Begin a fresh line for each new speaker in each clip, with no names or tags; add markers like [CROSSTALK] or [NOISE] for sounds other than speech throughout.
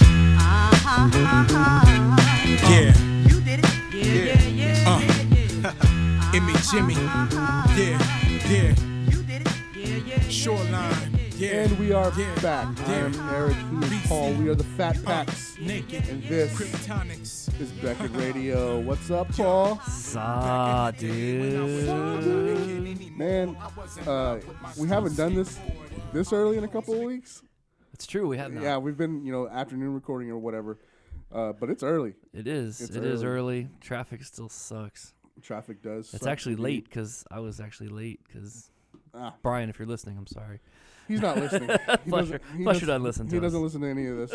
uh. [LAUGHS]
are
Yeah,
back. I am
yeah.
Eric. He is Paul. We are the Fat Packs.
Packs naked
And this
Kryptonics.
is
[LAUGHS]
Beckett Radio. What's up, Paul?
Saw,
[LAUGHS]
dude.
Man, uh, we haven't done this this early in a couple of weeks.
It's true. We have not.
Yeah, we've been you know afternoon recording or whatever, uh, but it's early.
it is.
It's
It is early. Traffic still sucks.
Traffic does.
It's
suck.
actually late because I was actually late because
Ah.
Brian, if you're listening, I'm sorry.
He's not
[LAUGHS]
listening. He
Flusher,
doesn't- he doesn't-
Flusher doesn't listen
he
to us.
doesn't listen to any of
[LAUGHS]
this.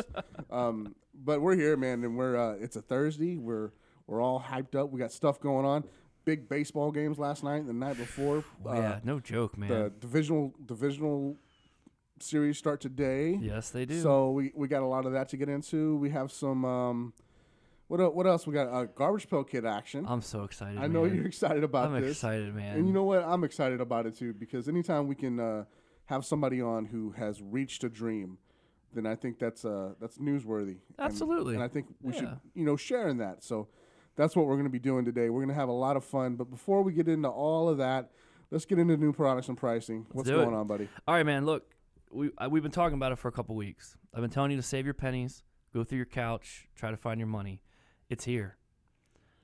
um, but we're here, man, and we're uh, it's a Thursday. We're we're all hyped up. We got stuff going on. Big baseball games last night, and the night before. Uh,
Oh, yeah, no joke, man.
The divisional divisional series start today.
yes, they do.
So we, we got a lot of that to get into. We have some um, what el- what else? We got a uh, garbage pail kid action.
I'm so excited.
I know
man.
you're excited about
I'm
this.
excited, man.
And you know what? I'm excited about it too because anytime we can uh, have somebody on who has reached a dream, then I think that's uh, that's newsworthy. And-
Absolutely.
And, I think we
Yeah.
should you know share in that. So that's what we're going to be doing today. We're going to have a lot of fun. But before we get into all of that, let's get into new products and pricing. What's
do
going
it.
on, buddy?
All right, man. Look, we I, we've been talking about it for a couple weeks. I've been telling you to save your pennies, go through your couch, try to find your money. It's here.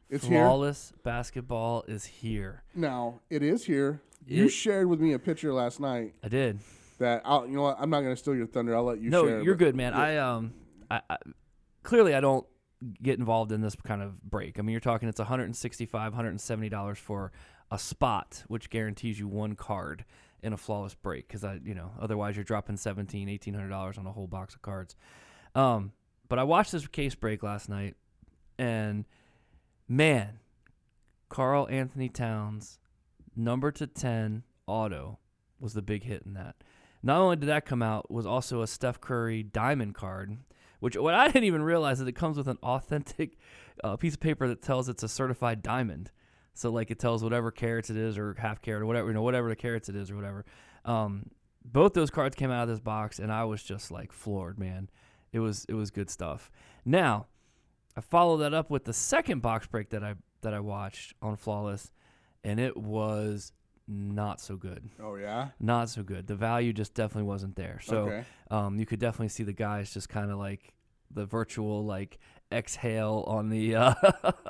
It's here
Flawless basketball is here.
now. It is here. you
It-
shared with me a picture last night
I did.
that I'll, you know what? I'm not going to steal your thunder. I'll let you
no,
share.
you're
but-
good, man. I um, I, I clearly I don't get involved in this kind of break. I mean, you're talking it's 165, 170 dollars for a spot, which guarantees you one card in a flawless break. Because I, you know, otherwise you're dropping 17, 1800 dollars on a whole box of cards. Um, but I watched this case break last night, and man, Carl Anthony Towns, number to ten auto was the big hit in that. Not only did that come out, was also a Steph Curry diamond card, which what I [LAUGHS] didn't even realize is it comes with an authentic uh, piece of paper that tells it's a certified diamond. So like it tells whatever carats it is or half carat or whatever you know whatever the carats it is or whatever. Um, both those cards came out of this box and I was just like floored, man. It was it was good stuff. Now I followed that up with the second box break that I that I watched on Flawless, and it was not so good
Oh yeah.
not so good. The value just definitely wasn't there. So
Okay.
um, you could definitely see the guys just kind of like the virtual like exhale on the uh, [LAUGHS]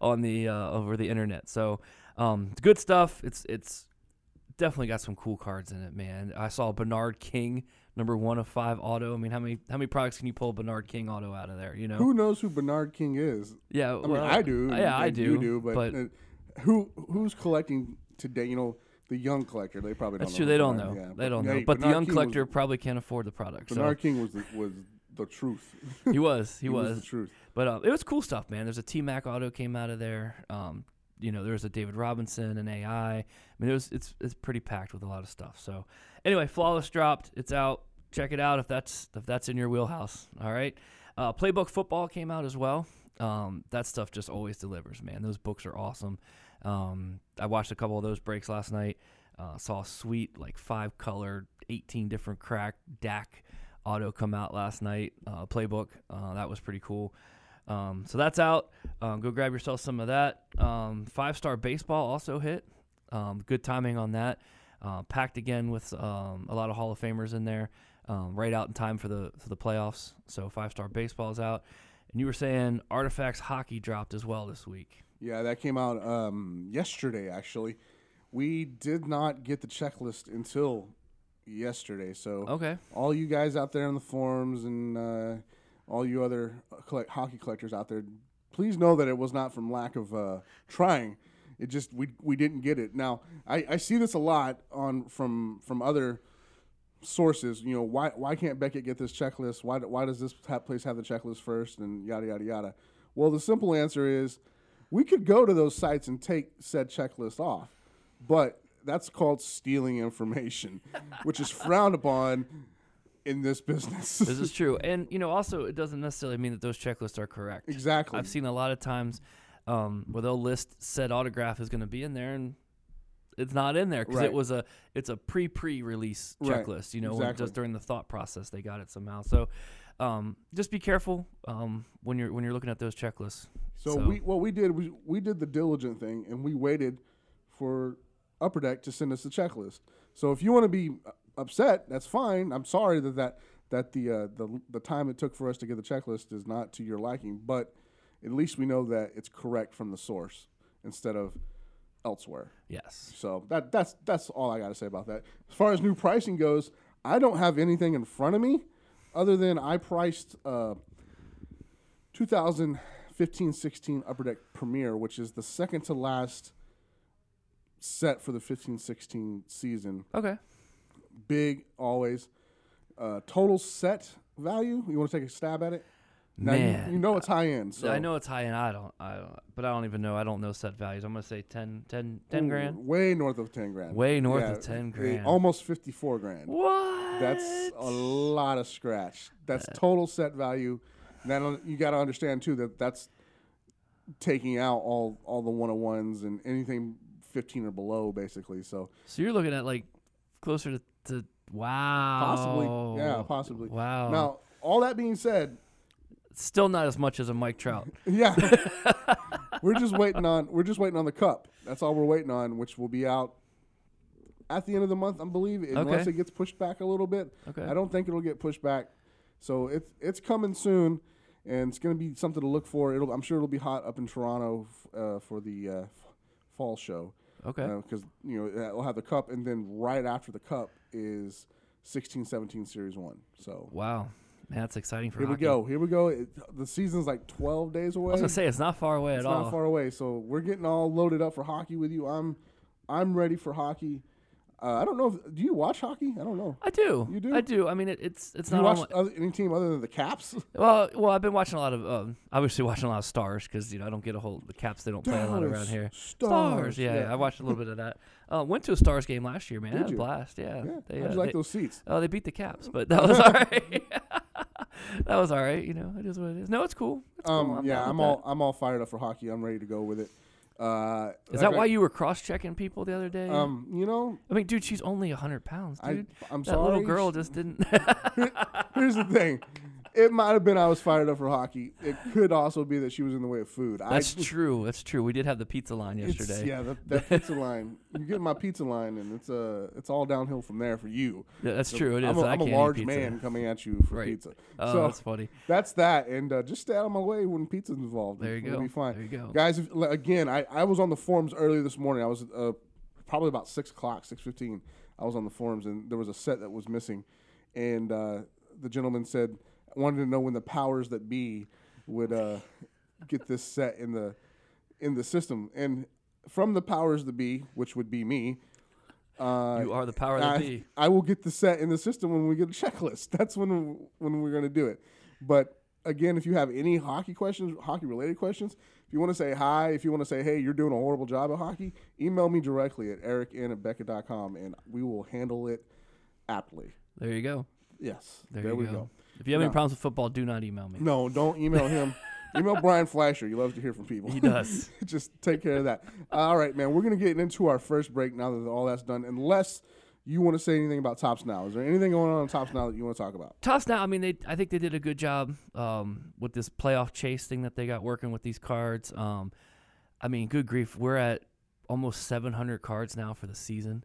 on the uh, over the internet. So um, it's good stuff. It's it's definitely got some cool cards in it, man. I saw Bernard King number one of five auto. I mean, how many how many products can you pull Bernard King auto out of there? You know?
Who knows who Bernard King is?
yeah.
I mean, I do.
Yeah, I
and
do.
You do, but,
but
uh, who who's collecting today? You know, the young collector. They probably don't.
that's
know
true.
who
They don't know.
Bernard- yeah,
they don't
hey,
know. But the
Bernard
young
King
collector
Was,
probably can't afford the product.
Bernard King was the, was the truth.
so [LAUGHS] he was.
[LAUGHS]
He,
He
was.
the truth.
But uh, it was cool stuff, man. There's a T Mac auto came out of there. Um, you know, there's a David Robinson, an AI. I mean, it was it's it's pretty packed with a lot of stuff. So anyway, flawless dropped. It's out. Check it out if that's if that's in your wheelhouse. All right. Uh, Playbook football came out as well. Um, that stuff just always delivers, man. Those books are awesome. Um, I watched a couple of those breaks last night. Uh, saw a sweet like five color, 18 different crack DAC auto come out last night. Uh, Playbook. Uh, that was pretty cool. Um, so that's out. Um, go grab yourself some of that. Um, Five star baseball also hit. Um, good timing on that. Uh, packed again with um, a lot of Hall of Famers in there, um, right out in time for the for the playoffs. So five star baseball's out. And you were saying artifacts hockey dropped as well this week.
Yeah, that came out um, yesterday. Actually, we did not get the checklist until yesterday. So
Okay.
all you guys out there on the forums and uh, all you other uh, collect- hockey collectors out there, please know that it was not from lack of uh, trying. It just we we didn't get it. Now I, I see this a lot on from from other sources. You know why why can't Beckett get this checklist? Why do- why does this ha- place have the checklist first? And yada yada yada. Well, the simple answer is we could go to those sites and take said checklist off, but that's called stealing information, [LAUGHS] which is frowned upon in this business.
This is true. And you know, also it doesn't necessarily mean that those checklists are correct.
exactly.
I've seen a lot of times um, where they'll list said autograph is going to be in there, and it's not in there because
Right.
it was a it's a pre pre release
Right.
checklist. You know, when
Exactly.
just during the thought process they got it somehow. So um, just be careful um, when you're when you're looking at those checklists.
So, we what we did was we did the diligent thing and we waited for Upper Deck to send us the checklist. So if you want to be uh, upset, that's fine. I'm sorry that that, that the, uh, the the time it took for us to get the checklist is not to your liking, but at least we know that it's correct from the source instead of elsewhere.
Yes.
So that that's that's all I got to say about that. As far as new pricing goes, I don't have anything in front of me other than I priced uh, 2015-16 Upper Deck Premiere, which is the second to last set for the 15-16 season.
Okay.
Big always. Uh, total set value. You want to take a stab at it? Now, you-
Man.
you, know it's high end. So
I know it's high and I don't I don't but I don't even know. I don't know set values. I'm gonna say 10, 10, 10 grand.
Way north of ten grand.
Way north
Yeah,
of ten
eh,
grand.
Almost fifty-four grand.
what?
That's a lot of scratch. That's total set value. And That you got to understand too that that's taking out all all the one on ones and anything fifteen or below basically. So
so you're looking at like closer to, to wow.
possibly, yeah, possibly.
Oh, Wow.
Now, all that being said,
Still not as much as a Mike Trout.
[LAUGHS] yeah, we're just waiting on we're just waiting on the cup. That's all we're waiting on, which will be out at the end of the month, I believe, unless
Okay.
it gets pushed back a little bit.
Okay.
I don't think it'll get pushed back. So it's it's coming soon, and it's going to be something to look for. It'll I'm sure it'll be hot up in Toronto f- uh, for the uh, f- fall show.
Okay.
Because you know it'll have the cup, and then right after the cup is 16, 17 series one. So
Wow. Man, that's exciting for
here we
hockey.
go. Here we go. It, the season's like 12 days away.
I was gonna say it's not far away
It's
at all.
not far away. So we're getting all loaded up for hockey with you. I'm I'm ready for hockey. Uh, I don't know. If, do you watch hockey? I don't know.
I do.
You do?
I do. I mean, it, it's it's
Do you
not.
watch
on,
other, any team other than the Caps?
well, well, I've been watching a lot of um, obviously watching a lot of stars because you know I don't get a whole the caps. They don't play a lot
Dallas [LAUGHS]
around here.
Stars,
Yeah,
yeah.
I watched a little bit of that. Uh, went to a stars game last year, man. I
Did
had a
you?
blast. Yeah.
Yeah,
They,
I
uh,
just like
they-
those seats.
Oh, they beat the caps, but that
[LAUGHS]
was all right. [LAUGHS] that was all right. You know, it is what it is. No, it's cool. It's cool.
Um,
I'm
yeah,
down
I'm
with
all I'm all fired up for hockey. I'm ready to go with it. Uh,
that. Is that why you were cross checking people the other day?
Um, you know,
I mean, dude, she's only hundred pounds,
I
dude.
I'm
that
sorry.
little girl just didn't.
[LAUGHS]
[LAUGHS]
Here's the thing. It might have been I was fired up for hockey. It could also be that she was in the way of food.
That's
[LAUGHS] I,
true. That's true. We did have the pizza line
it's-
yesterday.
Yeah, that, that
[LAUGHS]
pizza line. You get my pizza line, and it's uh, it's all downhill from there for you.
Yeah, that's true. It is.
I'm a,
I
I'm a
can't eat
large
pizza.
man coming at you for
Right.
pizza.
Oh,
so
that's funny.
that's that. And uh, just stay out of my way when pizza's involved.
There you
It'll
go.
be fine.
There you go.
guys. If, like, again, I, I was on the forums earlier this morning. I was uh, probably about six o'clock, six fifteen. I was on the forums, and there was a set that was missing, and uh, the gentleman said wanted to know when the powers that be would uh, get this set in the in the system, and from the powers that be, which would be me. Uh,
You are the power
I,
that be.
I will get the set in the system when we get a checklist. [LAUGHS] That's when when we're gonna do it. But again, if you have any hockey questions, hockey related questions, if you want to say hi, if you want to say hey, you're doing a horrible job at hockey, email me directly at ericn at becca.com and we will handle it aptly.
There you go.
Yes,
There,
there,
you
we
go.
go.
If you have any
No.
problems with football, do not email me.
No, don't email
[LAUGHS]
him. email Brian Fleischer. He loves to hear from people.
He does.
[LAUGHS] Just take care of that. All right, man. We're gonna get into our first break now that all that's done. Unless you want to say anything about tops now. Is there anything going on in tops now that you want to talk about?
Tops now. I mean, they. I think they did a good job um, with this playoff chase thing that they got working with these cards. Um, I mean, good grief, we're at almost 700 cards now for the season,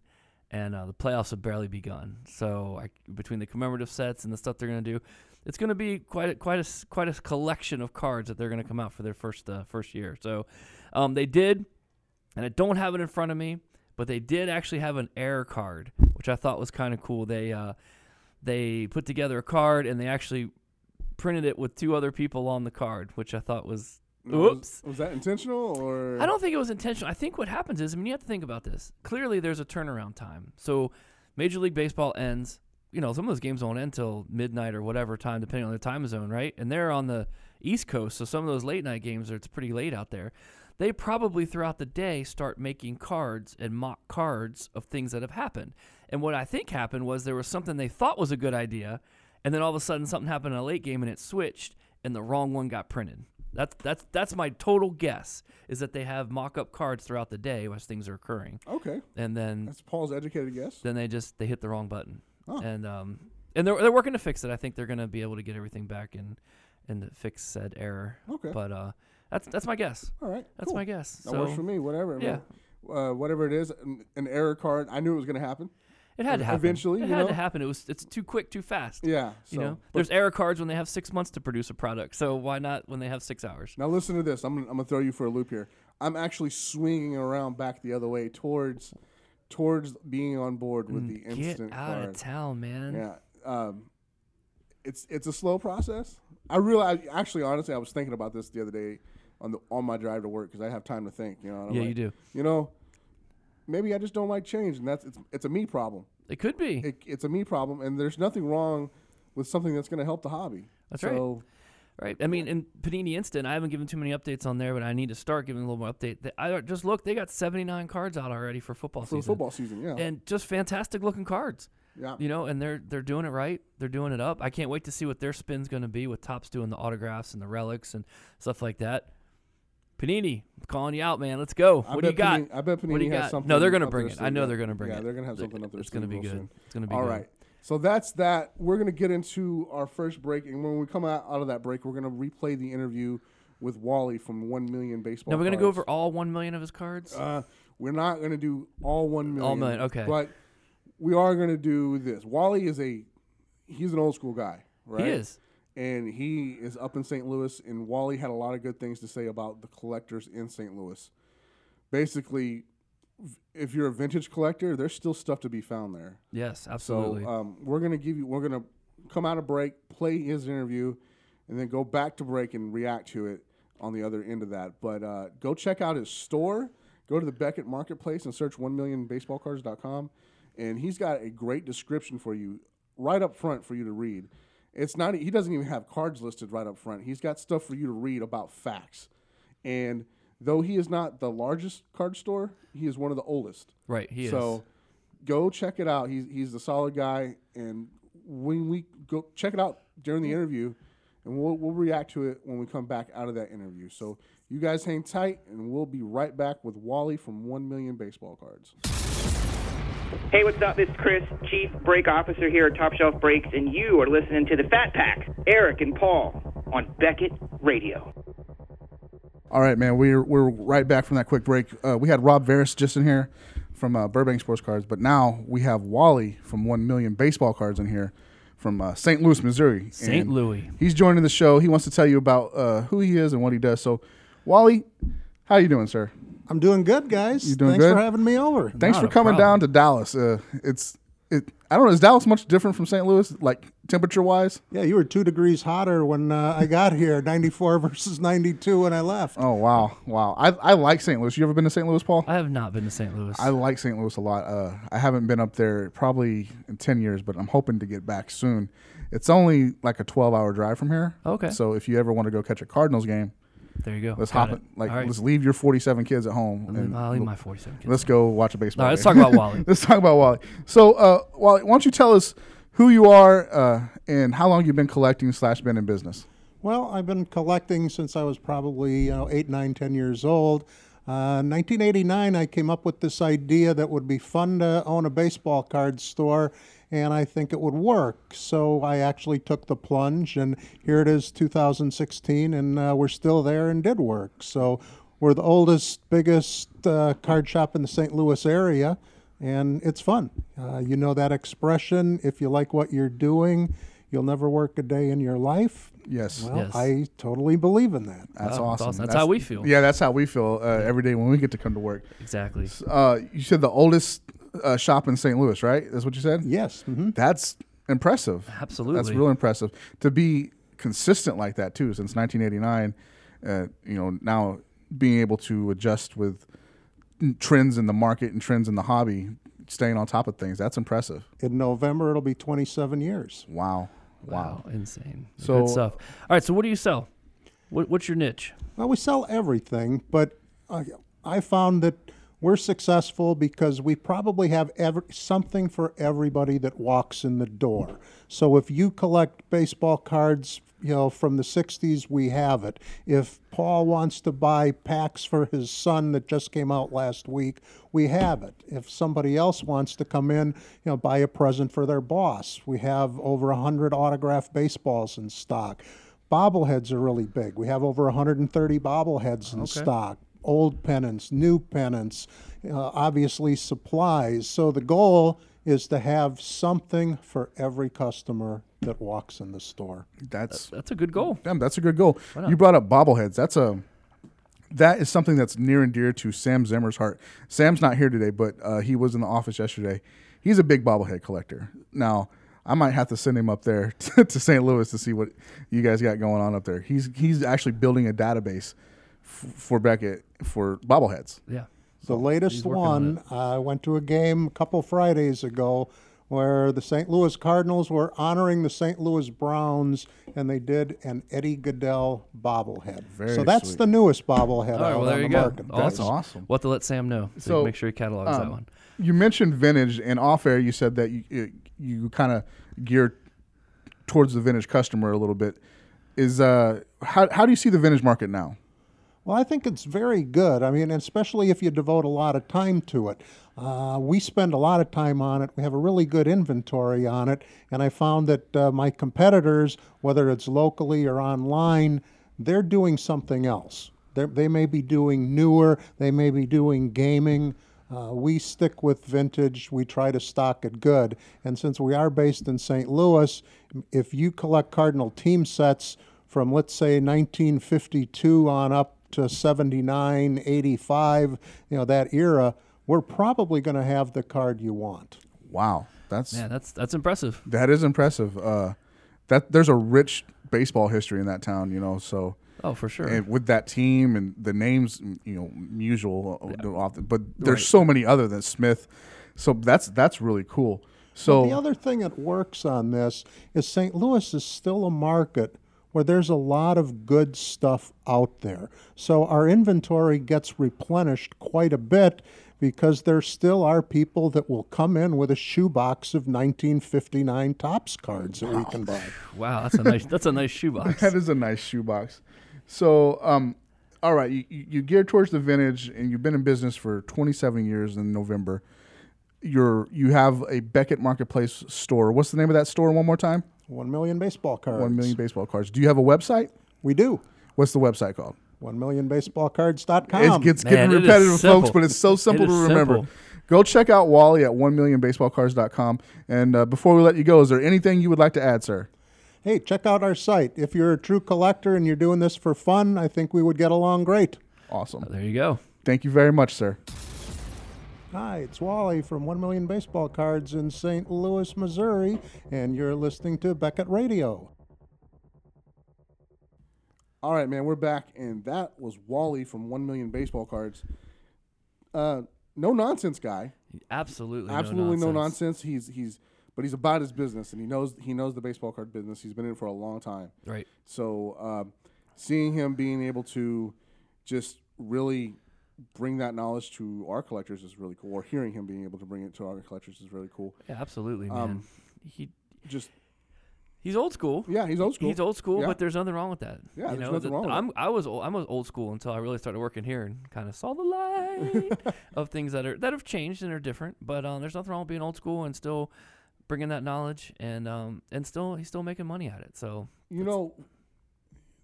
and uh, the playoffs have barely begun. So I, between the commemorative sets and the stuff they're going to do, it's going to be quite a, quite a s- quite a s- collection of cards that they're going to come out for their first uh, first year. So um, they did, and I don't have it in front of me, but they did actually have an air card, which I thought was kind of cool. They uh, they put together a card and they actually printed it with two other people on the card, which I thought was
No, was-
Oops.
Was, that intentional or?
I don't think it was intentional. I think what happens is, I mean, you have to think about this. Clearly, there's a turnaround time. So, Major League Baseball ends. You know, some of those games don't end till midnight or whatever time, depending on the time zone, right? And they're on the East Coast, so some of those late night games are it's pretty late out there. They probably throughout the day start making cards and mock cards of things that have happened. And what I think happened was there was something they thought was a good idea, and then all of a sudden something happened in a late game and it switched, and the wrong one got printed. That's that's that's my total guess is that they have mock-up cards throughout the day as things are occurring,
Okay,
and then
that's Paul's educated guess.
then they just they hit the wrong button,
Oh.
and um and they're they're working to fix it. I think they're gonna be able to get everything back and and fix said error.
Okay.
but uh, that's that's my guess.
All right,
That's
cool.
my guess.
That
so
works for me. Whatever. I mean,
Yeah.
uh, whatever it is, an, an error card. I knew it was going to happen.
It had to happen.
Eventually,
it
you
had
know?
to happen. It was it's too quick, too fast.
Yeah. So,
You know,
but
there's error cards when they have six months to produce a product. So why not when they have six hours?
now listen to this. I'm gonna, I'm gonna throw you for a loop here. I'm actually swinging around back the other way towards towards being on board with the
Mm, Get
instant
out
card.
of town, man.
Yeah. Um, it's it's a slow process. I realize actually honestly I was thinking about this the other day on the on my drive to work because I have time to think. You know. and I'm
Yeah,
like,
you do.
You know, maybe I just don't like change, and that's it's it's a me problem.
It could be.
It, it's a me problem, and there's nothing wrong with something that's going to help the hobby.
That's right.
so,
Right. I mean, in Panini Instant, I haven't given too many updates on there, but I need to start giving a little more update. They- I just looked; they got seventy nine cards out already for football
For the
season,
football season, yeah,
and just fantastic looking cards.
yeah.
You know, and they're they're doing it right. They're doing it up. I can't wait to see what their spin's going to be with Tops doing the autographs and the relics and stuff like that. Panini, I'm calling you out, man. Let's go.
I
what do you
bet
got?
Panini- I bet Panini
What do you
has
got?
something.
No, they're gonna
up
bring
their
it. I know
sleeve.
they're gonna bring
yeah,
it.
they're gonna have something up there.
it's going to be good. It's going to be
All
good.
right. So that's that. We're going to get into our first break, and when we come out, out of that break, we're going to replay the interview with Wally from One Million Baseball.
Now we're going to go
Cards.
over all one million of his cards.
Uh, we're not going to do all one million.
All million, okay.
But we are going to do this. Wally is a he's an old school guy, right?
He is.
and he is up in St. Louis. And Wally had a lot of good things to say about the collectors in St. Louis. Basically, v- if you're a vintage collector, there's still stuff to be found there.
Yes,
So
absolutely.
um, we're gonna give you. We're gonna come out of break, play his interview, and then go back to break and react to it on the other end of that. But uh, go check out his store. Go to the Beckett Marketplace and search one million baseballcards.com, and he's got a great description for you right up front for you to read. It's not. He doesn't even have cards listed right up front. He's got stuff for you to read about facts, and though he is not the largest card store, he is one of the oldest
right. He
so
is.
go check it out. He's he's a solid guy, and when we go check it out during the interview, and we'll we'll react to it when we come back out of that interview. So you guys hang tight, and we'll be right back with Wally from One Million Baseball Cards.
Hey, what's up? This is Chris, Chief Brake Officer here at Top Shelf Brakes, and you are listening to the Fat Pack, Eric and Paul on Beckett Radio.
All right, man. We're we're right back from that quick break. Uh, we had Rob Veris just in here from uh, Burbank Sports Cards, but now we have Wally from One Million Baseball Cards in here from uh, St. Louis, Missouri.
St.
And
Louis.
He's joining the show. He wants to tell you about uh, who he is and what he does. So, Wally, how you doing, sir?
I'm doing good, guys.
doing
Thanks
good?
for having me over.
Thanks
Not
for
a
coming
problem.
down to Dallas. Uh, it's it. I don't know. Is Dallas much different from St. Louis, like temperature wise?
Yeah, you were two degrees hotter when uh, I got here, 94 [LAUGHS] versus 92 when I left.
Oh wow, wow. I I like St. Louis. You ever been to St. Louis, Paul?
I have not been to St. Louis.
I like St. Louis a lot. Uh, I haven't been up there probably in 10 years, but I'm hoping to get back soon. It's only like a 12 hour drive from here.
Okay.
So if you ever want to go catch a Cardinals game,
there you go.
let's
Got
hop it. Like,
All right.
let's leave your 47 kids at home.
I'll leave-
and
I'll leave my 47 kids.
Let's go watch a baseball
All right, let's
game.
talk
[LAUGHS]
about Wally.
let's talk about Wally. So, uh, Wally, why don't you tell us who you are uh, and how long you've been collecting slash been in business?
Well, I've been collecting since I was probably you know, 8, 9, 10 years old. Uh, 1989, I came up with this idea that would be fun to own a baseball card store, and I think it would work. So I actually took the plunge, and here it is 2016, and uh, we're still there and did work. So we're the oldest, biggest uh, card shop in the St. Louis area, and it's fun. Uh, you know that expression if you like what you're doing, you'll never work a day in your life.
Yes.
Well,
Yes.
I totally believe in that.
That's
Wow, that's
awesome.
awesome. That's how we feel.
Yeah, that's how we feel uh, every day when we get to come to work.
exactly.
Uh, you said the oldest uh, shop in St. Louis, right? That's what you said?
Yes. hmm
That's impressive.
Absolutely.
That's real impressive to be consistent like that too since 1989. Uh, you know, now being able to adjust with trends in the market and trends in the hobby, staying on top of things. That's impressive.
In November, it'll be 27 years.
Wow.
Wow, insane.
So-
Good stuff. All right, so what do you sell? What, what's your niche?
Well, we sell everything, but I, I found that we're successful because we probably have every, something for everybody that walks in the door. So if you collect baseball cards, you know, from the 60s, we have it. If Paul wants to buy packs for his son that just came out last week, we have it. If somebody else wants to come in, you know, buy a present for their boss, we have over 100 autographed baseballs in stock. Bobbleheads are really big. We have over 130 bobbleheads in stock. Old pennants, new pennants, uh, obviously supplies. So the goal is to have something for every customer that walks in the store.
That's
That's a good goal.
damn. That's a good goal. You brought up bobbleheads. That's a that is something that's near and dear to Sam Zimmer's heart. Sam's not here today, but uh, he was in the office yesterday. He's a big bobblehead collector. Now I might have to send him up there [LAUGHS] to, to St. Louis to see what you guys got going on up there. He's he's actually building a database f- for Beckett for bobbleheads.
Yeah.
The latest one, I went to a game a couple Fridays ago where the St. Louis Cardinals were honoring the St. Louis Browns and they did an Eddie Goodell bobblehead. so that's
sweet.
the newest bobblehead
All right.
out
Well,
on
there
the
you go.
market.
That's awesome.
We'll have to let Sam know. So, he
So,
can make sure he catalogs that
Um,
one.
You mentioned vintage, and off air you said that you you, you kind of gear towards the vintage customer a little bit. Is uh how how do you see the vintage market now?
Well, I think it's very good. I mean, especially if you devote a lot of time to it. Uh, we spend a lot of time on it. We have a really good inventory on it. And I found that uh, my competitors, whether it's locally or online, they're doing something else. They're, they may be doing newer, they may be doing gaming. Uh, we stick with vintage. We try to stock it good. And since we are based in St. Louis, if you collect Cardinal team sets from, let's say, 1952 on up to 79, 85, you know, that era, we're probably going to have the card you want.
Wow, that's
Yeah, that's that's impressive.
that is impressive. Uh, that there's a rich baseball history in that town, you know. So
Oh, for sure.
and with that team and the names, m- you know, usual, uh, don't often, but there's so many other than Smith. So that's that's really cool. So
The other thing that works on this is St. Louis is still a market where there's a lot of good stuff out there. So our inventory gets replenished quite a bit because there still are people that will come in with a shoebox of 1959 tops cards that we can buy.
wow, that's a nice that's a nice [LAUGHS] shoebox.
That is a nice shoebox. So, um, all right, you, you you gear towards the vintage, and you've been in business for 27 years. In November, you're you have a Beckett Marketplace store. What's the name of that store? One more time.
1 million baseball
Uh,
cards.
One million baseball cards. Do you have a website?
We do.
What's the website called?
1millionbaseballcards.com.
It gets
Um, Man,
getting
it is
repetitive, folks,
simple.
but it's so simple
It
to
is
remember.
simple.
Go check out Wally at 1millionbaseballcards.com. And uh, before we let you go, is there anything you would like to add, sir?
hey, check out our site. If you're a true collector and you're doing this for fun, I think we would get along great.
Awesome.
There you go.
Thank you very much, sir.
Hi, it's Wally from 1 Million Baseball Cards in St. Louis, Missouri, and you're listening to Beckett Radio.
All right, man, we're back, and that was Wally from One Million Baseball Cards. Uh, no nonsense guy,
Absolutely.
absolutely
no
no nonsense. He's he's, but he's about his business, and he knows he knows the baseball card business. He's been in it for a long time.
Right.
So um, seeing him being able to just really bring that knowledge to our collectors is really cool. Or hearing him being able to bring it to our collectors is really cool.
Yeah, absolutely, man.
Um,
he
Just
he's old school.
yeah, he's old school.
He's old school,
Yeah.
but there's nothing wrong with that.
Yeah,
you
there's
know,
nothing
the-
wrong with
I'm I was old, I was old school until I really started working here and kind of saw the light
[LAUGHS]
of things that are that have changed and are different. But um, there's nothing wrong with being old school and still bringing that knowledge and um and still he's still making money at it. So
You know,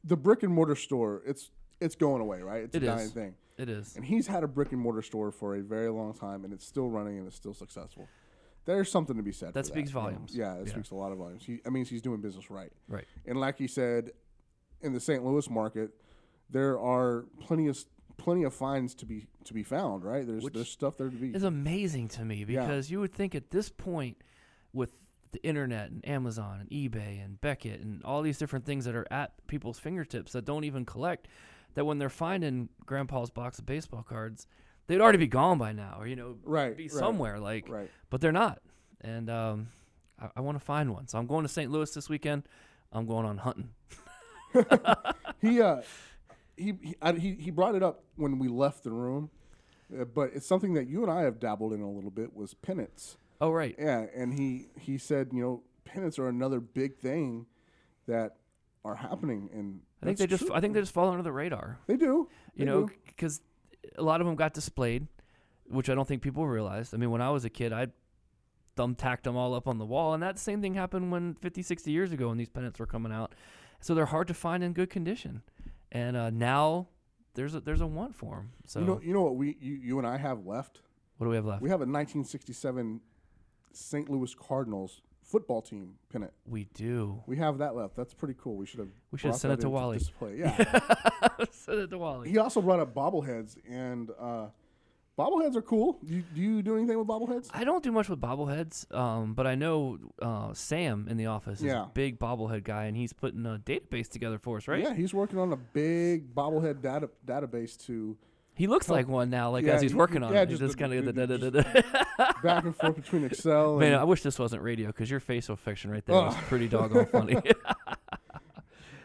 the brick and mortar store it's it's going away, right? It's
It
a
is.
dying thing.
it is.
And he's had a brick and mortar store for a very long time, and it's still running and it's still successful. There's something to be said.
That
for
speaks
you know?
volumes.
Yeah, it
Yeah.
speaks a lot of volumes. He, I mean, he's doing business right.
Right.
And like he said, in the St. Louis market, there are plenty of plenty of finds to be to be found. Right? There's
Which
there's stuff there to be.
is amazing to me because you would think at this point with the internet and Amazon and eBay and Beckett and all these different things that are at people's fingertips that don't even collect that when they're finding grandpa's box of baseball cards they'd already be gone by now or you know
Right,
be
right,
somewhere like
right.
but they're not and um, I, I want to find one so I'm going to St. Louis this weekend I'm going on hunting
he uh he he, I, he he brought it up when we left the room, uh, but it's something that you and I have dabbled in a little bit was pennants.
oh right
Yeah, and he he said you know pennants are another big thing that are happening, and
I think
that's
they just
true.
I think they just fall under the radar
they do
you
They
know,
do.
because a lot of them got displayed, which I don't think people realized. I mean, when I was a kid, I thumbtacked them all up on the wall, and that same thing happened when 50, 60 years ago when these pennants were coming out. So they're hard to find in good condition, and uh, now there's a, there's a want for them. So
you know you know what we you, you and I have left
what do we have left?
we have a 1967 St. Louis Cardinals football team pennant.
We do.
We have that left. That's pretty cool. We should have.
We should have
brought
sent it
that
to
into
Wally. [LAUGHS]
Display. Yeah.
Send it to Wally.
he also brought up bobbleheads, and uh, bobbleheads are cool. Do you, do you do anything with bobbleheads?
I don't do much with bobbleheads, um, but I know uh, Sam in the office is
Yeah.
a big bobblehead guy, and he's putting a database together for us, right?
Yeah, he's working on a big bobblehead data database to
He looks like one now, like
Yeah,
as he's
he-
working on
yeah,
it. He's
just
just kind
the- the-
of.
back and forth between Excel.
[LAUGHS] Man, I
And,
wish this wasn't radio because your facial fiction right there
Oh.
was pretty doggone
[LAUGHS]
funny. [LAUGHS]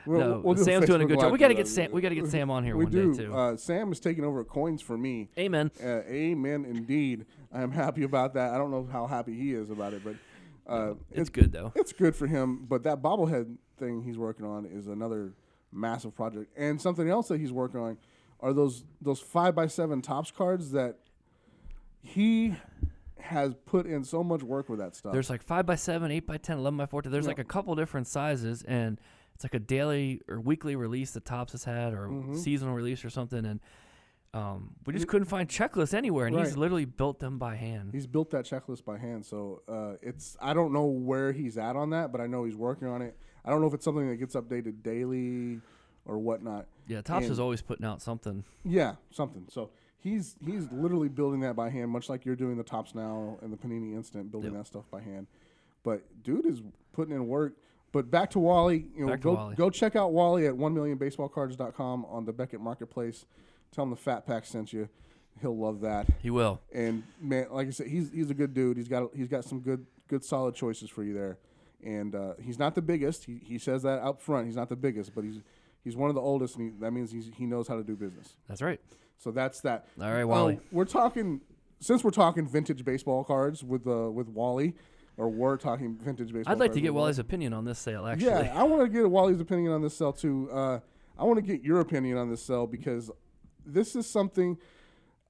we'll-
no,
we'll do
Sam's doing a
Facebook
good job.
Live
We got to
for
get
that.
Sam. We got to get Sam on here
we
one
do.
day too.
Uh, Sam is taking over coins for me.
Amen.
Uh, amen, indeed. I am happy about that. I don't know how happy he is about it, but uh,
It's good though.
It's good for him, but that bobblehead thing he's working on is another massive project. And something else that he's working on are those those five by seven tops cards that he has put in so much work with that stuff.
There's like five by seven, eight by ten, eleven by fourteen. There's like a couple different sizes, and it's like a daily or weekly release that Tops has had, or
Mm-hmm.
seasonal release or something. And um, we just couldn't find checklists anywhere, and he's
Right.
literally built them by hand.
he's built that checklist by hand, so uh, it's I don't know where he's at on that, but I know he's working on it. I don't know if it's something that gets updated daily or whatnot.
yeah, Tops
and-
is always putting out something.
Yeah, something. So he's he's literally building that by hand, much like you're doing the tops now and the Panini Instant, building that stuff by hand. But dude is putting in work. But back to Wally, you know,
Back to
go
Wally.
go check out Wally at 1millionbaseballcards.com on the Beckett Marketplace. Tell him the Fat Pack sent you. He'll love that.
He will.
And man, like I said, he's he's a good dude. He's got he's got some good good solid choices for you there. And uh, he's not the biggest. He, he says that up front. He's not the biggest, but he's he's one of the oldest, and he, that means he's, he knows how to do business.
That's right.
So that's that. Um,
All right, Wally.
we're talking since we're talking vintage baseball cards with uh, with Wally, or we're talking vintage baseball.
I'd like to
cards
get
with Wally.
Wally's opinion on this sale. Actually,
Yeah, I want to get Wally's opinion on this cell too. Uh, I want to get your opinion on this cell because this is something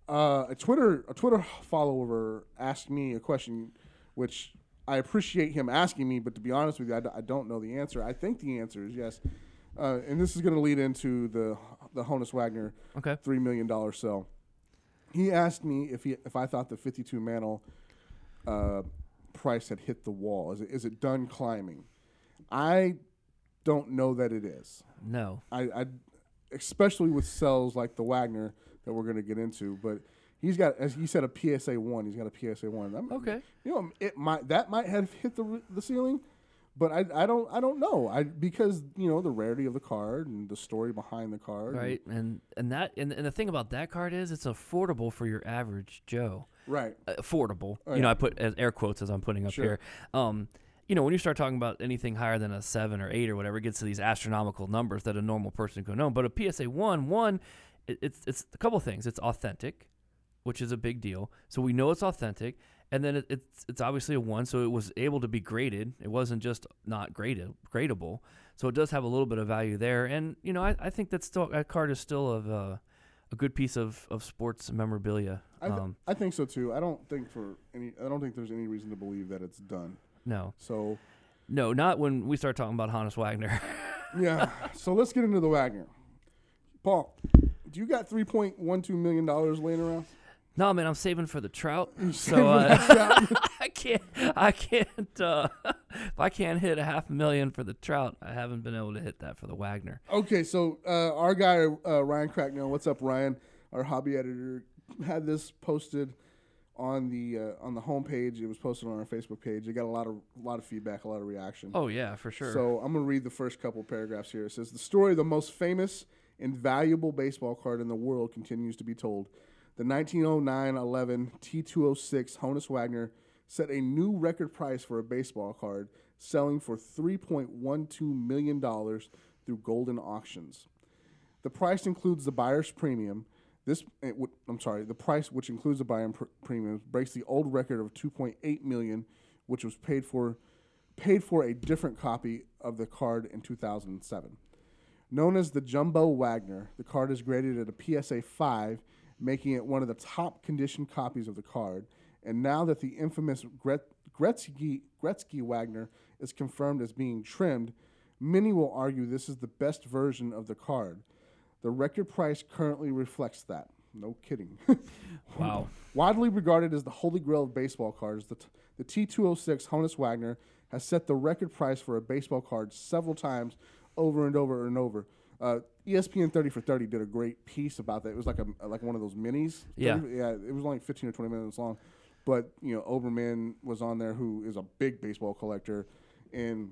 uh, a Twitter a Twitter follower asked me a question, which I appreciate him asking me, but to be honest with you, I, d- I don't know the answer. I think the answer is yes, uh, and this is going to lead into the the Honus Wagner
Okay.
three million dollar cell. He asked me if he if I thought the fifty two mantle uh, price had hit the wall. Is it is it done climbing? I don't know that it is.
[LAUGHS] no.
I, I especially with cells like the Wagner that we're going to get into, but he's got as he said a PSA one. He's got a PSA one. I'm-
Okay.
you know it might that might have hit the the ceiling, but I, I don't I don't know I because you know the rarity of the card and the story behind the card and-
Right, and and that and, and the thing about that card is it's affordable for your average Joe.
right
Uh, affordable. you know, I put as air quotes as I'm putting up here. Um, you know, when you start talking about anything higher than a seven or eight or whatever, it gets to these astronomical numbers that a normal person could know. But a PSA one, one, it, it's it's a couple things. It's authentic, which is a big deal. So we know it's authentic, and then it, it's it's obviously a one, so it was able to be graded. It wasn't just not graded, gradable. So it does have a little bit of value there, and you know, I, I think that's still that card is still of uh, a good piece of of sports memorabilia.
I, th-
um,
I think so too. I don't think for any. I don't think there's any reason to believe that it's done.
no,
So
No, not when we start talking about Hannes Wagner. [LAUGHS]
yeah. so let's get into the Wagner. Paul, do you got three point one two million dollars laying
[LAUGHS]
around?
no, man, I'm saving for the trout. [LAUGHS] So uh, I can't, I can't. Uh, [LAUGHS] if I can't hit a half a million for the trout, I haven't been able to hit that for the Wagner.
Okay, so uh, our guy uh, Ryan Cracknell, what's up, Ryan? Our hobby editor had this posted on the uh, on the homepage. It was posted on our Facebook page. It got a lot of a lot of feedback, a lot of reaction.
Oh yeah, for sure.
So I'm going to read the first couple paragraphs here. It says The story of the most famous and valuable baseball card in the world continues to be told. The 1909 11 T206 Honus Wagner set a new record price for a baseball card, selling for $3.12 million through golden auctions. The price includes the buyer's premium. This, it would- I'm sorry, the price which includes the buyer's pr- premium breaks the old record of 2.8 million, which was paid for, paid for a different copy of the card in 2007. Known as the Jumbo Wagner, the card is graded at a PSA 5, making it one of the top condition copies of the card. And now that the infamous Gret- Gretzky, Gretzky Wagner is confirmed as being trimmed, many will argue this is the best version of the card. The record price currently reflects that. No kidding. [LAUGHS]
wow.
Widely regarded as the holy grail of baseball cards, the, t- The T206 Honus Wagner has set the record price for a baseball card several times over and over and over. Uh, ESPN 30 for 30 did a great piece about that. It was like a like one of those minis.
Yeah.
30 yeah, it was only 15 or 20 minutes long. But, you know, Oberman was on there who is a big baseball collector and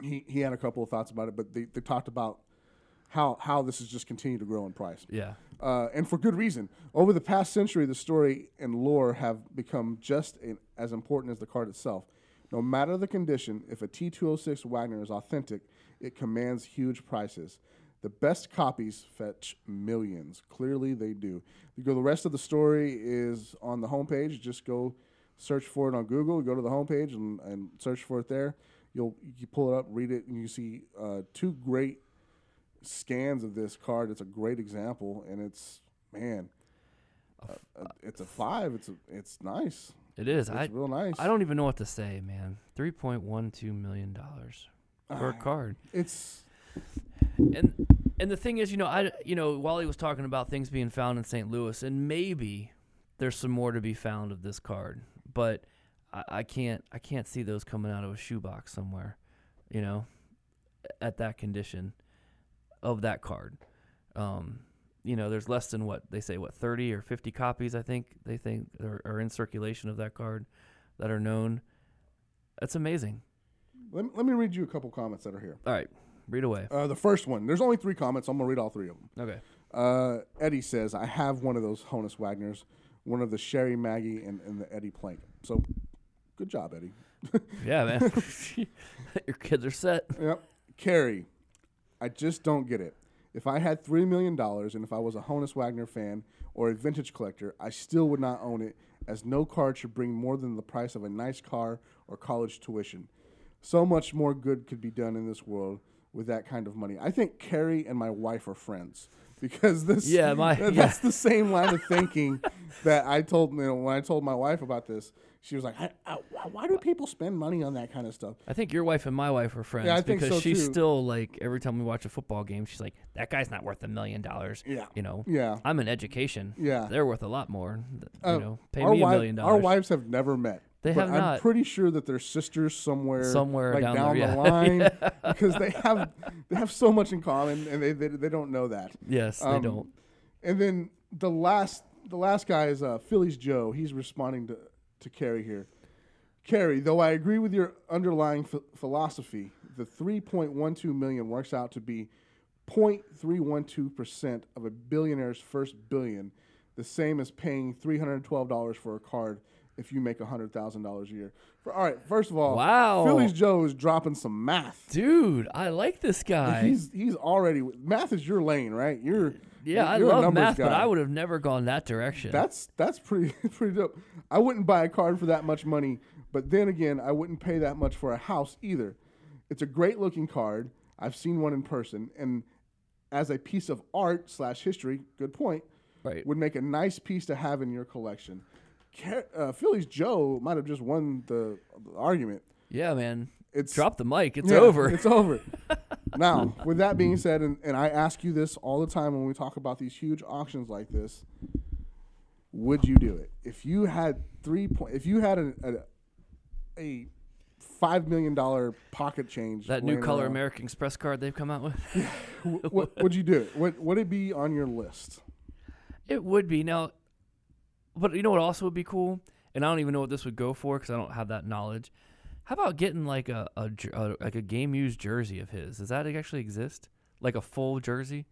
he, he had a couple of thoughts about it, but they, they talked about how how this has just continued to grow in price
Yeah.
uh, and for good reason. Over the past century, the story and lore have become just in, as important as the card itself. No matter the condition, if a T206 Wagner is authentic, it commands huge prices. The best copies fetch millions. Clearly, they do. You go. The rest of the story is on the homepage. Just go search for it on Google. Go to the homepage and, and search for it there. You'll you pull it up, read it, and you see uh, two great scans of this card. It's a great example, and it's man, uh, uh, it's a five. It's a, it's nice.
It is.
It's
I
real nice.
I don't even know what to say, man. Three point one two million dollars for
Ah.
a card.
It's
and and the thing is, you know, I you know, Wally was talking about things being found in St. Louis, and maybe there's some more to be found of this card, but I, I can't I can't see those coming out of a shoebox somewhere, you know, at that condition of that card. Um, you know, there's less than what they say, what 30 or 50 copies, I think they think are, are in circulation of that card that are known. That's amazing.
let, me- let me read you a couple comments that are here.
All right, read away.
Uh, the first one. There's only three comments. I'm gonna read all three of them.
Okay.
Uh, Eddie says, I have one of those Honus Wagners, one of the Sherry Maggie and, and the Eddie Plank. So good job, Eddie. [LAUGHS]
Yeah, man. [LAUGHS] Your kids are set.
Yep. Carrie, I just don't get it. If I had $3 million and if I was a Honus Wagner fan or a vintage collector, I still would not own it, as no card should bring more than the price of a nice car or college tuition. So much more good could be done in this world with that kind of money. I think Carrie and my wife are friends [LAUGHS] because this
Yeah,
[LAUGHS]
my-
that's
yeah.
the same line of thinking [LAUGHS] that I told you know, when I told my wife about this. She was like, I, I, "Why do people spend money on that kind of stuff?"
I think your wife and my wife are friends
I think
because
so,
she's
too.
still like every time we watch a football game, she's like, "That guy's not worth a million dollars."
Yeah.
you know.
Yeah.
I'm in education.
Yeah.
they're worth a lot more. th-
Uh,
you know, pay
our
me a
wi-
million
Our
dollars.
wives have never met.
They
but
have
I'm
not.
pretty sure that they're sisters somewhere,
Somewhere
like
down
down,
the-
the,
yeah. [LAUGHS]
line, because they have they have so much in common, and they they, they don't know that.
Yes, they
Um,
don't.
And then the last the last guy is uh, Phillies Joe. He's responding to to Carrie here. Carrie, though I agree with your underlying ph- philosophy, the 3.12 million works out to be 0.312% of a billionaire's first billion, the same as paying $312 for a card if you make $100,000 a year. For, all right, first of all,
Wow.
Phillies Joe is dropping some math.
Dude, I like this guy.
He's he's already math is your lane, right? You're
yeah, I
you're a
love
numbers
math, but
guy.
I would have never gone that direction.
That's that's pretty [LAUGHS] pretty dope. I wouldn't buy a card for that much money, but then again, I wouldn't pay that much for a house either. It's a great looking card. I've seen one in person, and as a piece of art slash history, good point.
Right.
Would make a nice piece to have in your collection. Car- uh, Phillies Joe might have just won the, the argument.
yeah, man.
It's-
drop the mic. It's
Yeah,
over.
It's over. [LAUGHS] now, with that being said, and, and I ask you this all the time when we talk about these huge auctions like this, would you do it if you had three point? If you had a a, a five million dollar pocket change
[LAUGHS] that new
laying
color
around,
American Express card they've come out with.
what would you do?
[LAUGHS]
it? Would would it be on your list?
It would be now, but you know what also would be cool, and I don't even know what this would go for because I don't have that knowledge. How about getting like a, a, jer- a like a game used jersey of his? Does that actually exist? Like a full jersey?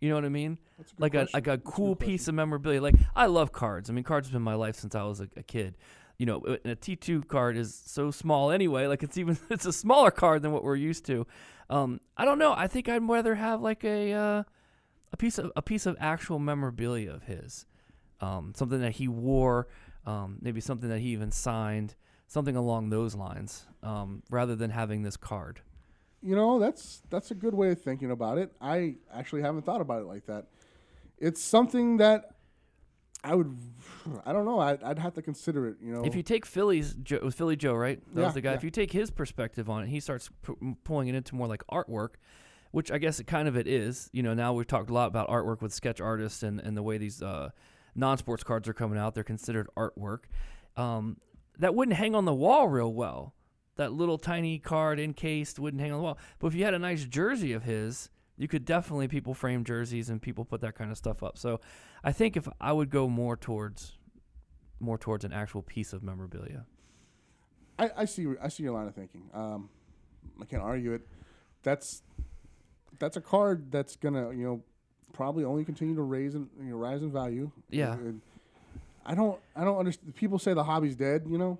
You know what I mean?
That's a good
like
question.
a like a cool piece of memorabilia. Like I love cards. I mean, cards have been my life since I was a, a kid. You know, a- and a T two card is so small anyway. Like it's even [LAUGHS] it's a smaller card than what we're used to. Um, I don't know. I think I'd rather have like a uh, a piece of a piece of actual memorabilia of his, um, something that he wore, um, maybe something that he even signed, something along those lines, um, rather than having this card.
You know, that's that's a good way of thinking about it. I actually haven't thought about it like that. It's something that I would. I don't know. I'd, I'd have to consider it. You know,
If you take Philly's Joe, it was Philly Joe, right? That
Oh. Yeah,
was the guy.
yeah.
If you take his perspective on it, he starts pu- m- pulling it into more like artwork, which I guess it kind of it is. You know, now we've talked a lot about artwork with sketch artists and, and the way these uh, non-sports cards are coming out. They're considered artwork. Um, that wouldn't hang on the wall real well. That little tiny card encased wouldn't hang on the wall. But if you had a nice jersey of his, you could definitely people frame jerseys and people put that kind of stuff up. So I think if I would go more towards more towards an actual piece of memorabilia.
I, I see. I see your line of thinking. Um, I can't argue it. That's that's a card that's gonna you know probably only continue to raise and you know, rise in value.
Yeah.
And I don't. I don't understand. People say the hobby's dead. You know.